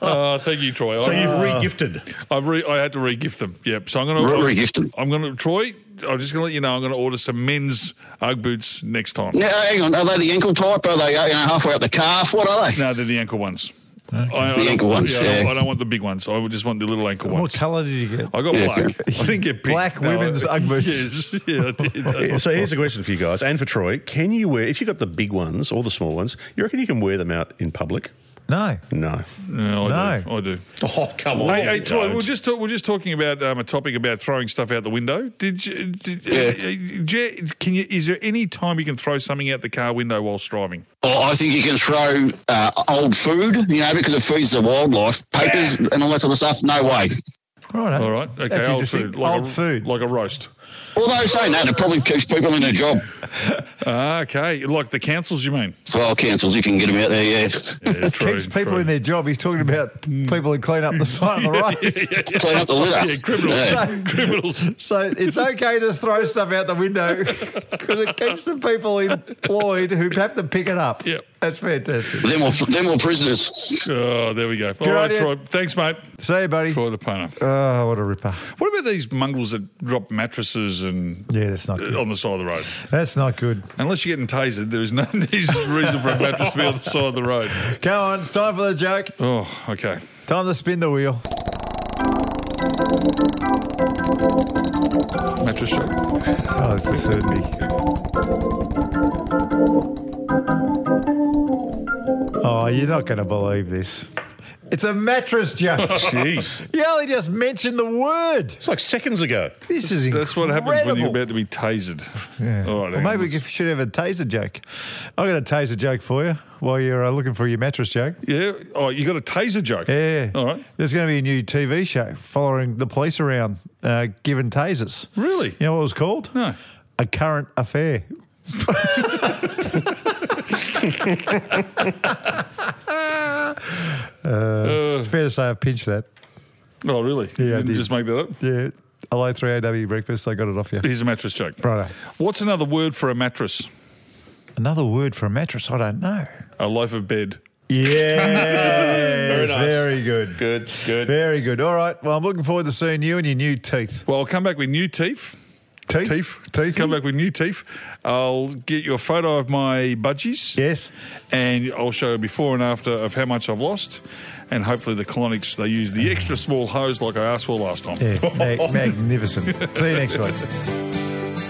Speaker 1: uh, thank you, Troy.
Speaker 3: So
Speaker 1: I,
Speaker 3: you've re-gifted.
Speaker 1: I've re- I had to re-gift them. Yep. So I'm going to
Speaker 9: Re- re-gift them.
Speaker 1: I'm going to Troy. I'm just going to let you know. I'm going to order some men's UGG boots next time.
Speaker 9: Now, hang on. Are they the ankle type? Are they uh, you know, halfway up the calf? What are they?
Speaker 1: No, they're the ankle ones. I, I
Speaker 9: The
Speaker 1: don't-
Speaker 9: ankle ones,
Speaker 1: I, don't,
Speaker 9: yeah.
Speaker 1: I don't want the big ones. I would just want the little ankle
Speaker 2: What
Speaker 1: ones.
Speaker 2: colour did you get?
Speaker 1: I got
Speaker 9: Yeah,
Speaker 1: black.
Speaker 9: sure.
Speaker 1: I didn't get pink.
Speaker 2: Black
Speaker 1: I-
Speaker 2: women's UGG boots.
Speaker 1: Yes. Yeah, I did.
Speaker 3: Yeah, So here's a question for you guys and for Troy. Can you wear, if you've got the big ones or the small ones, you reckon you can wear them out in public?
Speaker 2: No.
Speaker 3: No.
Speaker 1: No, I
Speaker 2: No.
Speaker 1: do. I do.
Speaker 3: Oh, come on.
Speaker 1: Hey, hey
Speaker 3: you
Speaker 1: Troy,
Speaker 3: don't.
Speaker 1: we're just talk, we're just talking about um, a topic about throwing stuff out the window. Did you, did,
Speaker 9: Yeah.
Speaker 1: uh, did you- can you? Is there any time you can throw something out the car window whilst driving?
Speaker 9: Well, I think you can throw uh, old food, you know, because it feeds the wildlife, papers and all that sort of stuff. No way.
Speaker 2: Right.
Speaker 1: All right, okay,
Speaker 2: That's
Speaker 1: old
Speaker 2: interesting.
Speaker 1: food, like
Speaker 2: Old
Speaker 1: a,
Speaker 2: food.
Speaker 1: like a roast.
Speaker 9: Although saying that, it probably keeps people in their job.
Speaker 1: Ah, okay, like the councils, you mean?
Speaker 9: Well, cancels if you can get them out there. Yeah,
Speaker 1: Yeah, true,
Speaker 2: Keeps people
Speaker 1: true.
Speaker 2: in their job. He's talking about people who clean up the side of the road.
Speaker 9: clean up the litter.
Speaker 1: Yeah, criminals,
Speaker 9: Yeah.
Speaker 1: criminals.
Speaker 2: So it's okay to throw stuff out the window because it keeps the people employed who have to pick it up.
Speaker 1: Yep.
Speaker 2: That's fantastic.
Speaker 9: Them all, them all prisoners.
Speaker 1: Oh, there we go. All right,
Speaker 2: idea.
Speaker 1: Troy. Thanks, mate.
Speaker 2: See you, buddy.
Speaker 1: Troy the punter.
Speaker 2: Oh, what a ripper.
Speaker 1: What about these mongrels that drop mattresses and uh,
Speaker 2: Yeah, that's not good.
Speaker 1: on the side of the road?
Speaker 2: That's not good.
Speaker 1: Unless you're getting tasered, there is no reason for a mattress to be on the side of the road.
Speaker 2: Come on, it's time for the joke.
Speaker 1: Oh, okay.
Speaker 2: Time to spin the wheel.
Speaker 1: Mattress joke.
Speaker 2: Oh, this is hurt me. Oh, you're not going to believe this. It's a mattress joke.
Speaker 3: Jeez.
Speaker 2: you only just mentioned the word.
Speaker 3: It's like seconds ago.
Speaker 2: This is
Speaker 1: That's
Speaker 2: incredible.
Speaker 1: what happens when you're about to be tasered.
Speaker 2: Yeah.
Speaker 1: All right,
Speaker 2: well,
Speaker 1: hang on,
Speaker 2: maybe we
Speaker 1: let's-
Speaker 2: should have a taser joke. I've got a taser joke for you while you're uh, looking for your mattress joke.
Speaker 1: Yeah. Oh, you got a taser joke.
Speaker 2: Yeah.
Speaker 1: All right.
Speaker 2: There's going to be a new TV show following the police around, uh, giving tasers.
Speaker 1: Really?
Speaker 2: You know what it was called?
Speaker 1: No.
Speaker 2: A Current Affair.
Speaker 1: Uh,
Speaker 2: Uh, It's fair to say I've pinched that.
Speaker 1: oh, really?
Speaker 2: Yeah, I
Speaker 1: you didn't
Speaker 2: did.
Speaker 1: just make that up.
Speaker 2: Yeah. Hello, 3AW breakfast. I got it off you.
Speaker 1: Here's a mattress joke.
Speaker 2: Righto.
Speaker 1: What's another word for a mattress?
Speaker 2: Another word for a mattress? I don't know.
Speaker 1: A loaf of bed.
Speaker 2: Yes. very,
Speaker 3: nice.
Speaker 2: good.
Speaker 3: Good, good.
Speaker 2: Very good. All right. Well, I'm looking forward to seeing you and your new teeth.
Speaker 1: Well, I'll come back with new teeth.
Speaker 2: Teeth?
Speaker 1: Teeth.
Speaker 2: Teeth.
Speaker 1: Come back with new teeth. I'll get you a photo of my budgies.
Speaker 2: Yes.
Speaker 1: And I'll show before and after of how much I've lost. And hopefully the colonics, they use the extra small hose like I asked for last time.
Speaker 2: Yeah, mag- magnificent. See you next week.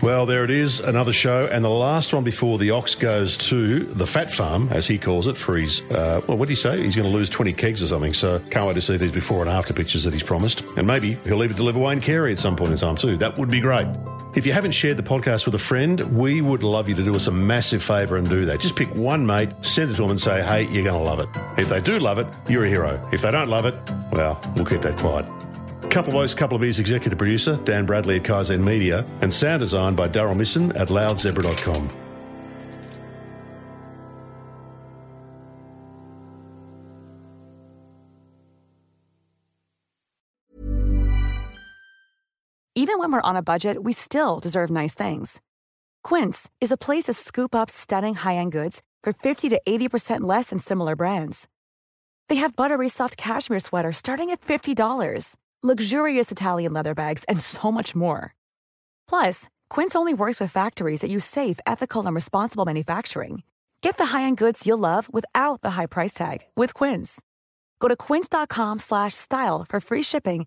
Speaker 3: Well, there it is, another show. And the last one before the ox goes to the fat farm, as he calls it, for his, uh, well, what did he say? He's going to lose 20 kegs or something. So can't wait to see these before and after pictures that he's promised. And maybe he'll even deliver Wayne Carey at some point in time, too. That would be great. If you haven't shared the podcast with a friend, we would love you to do us a massive favour and do that. Just pick one mate, send it to them and say, hey, you're going to love it. If they do love it, you're a hero. If they don't love it, well, we'll keep that quiet. Couple of O's, Couple of B's executive producer, Dan Bradley at Kaizen Media, and sound design by Daryl Misson at loudzebra.com.
Speaker 10: Even when we're on a budget, we still deserve nice things. Quince is a place to scoop up stunning high-end goods for 50 to 80% less than similar brands. They have buttery soft cashmere sweaters starting at $50, luxurious Italian leather bags, and so much more. Plus, Quince only works with factories that use safe, ethical, and responsible manufacturing. Get the high-end goods you'll love without the high price tag with Quince. Go to quince.com/style slash style for free shipping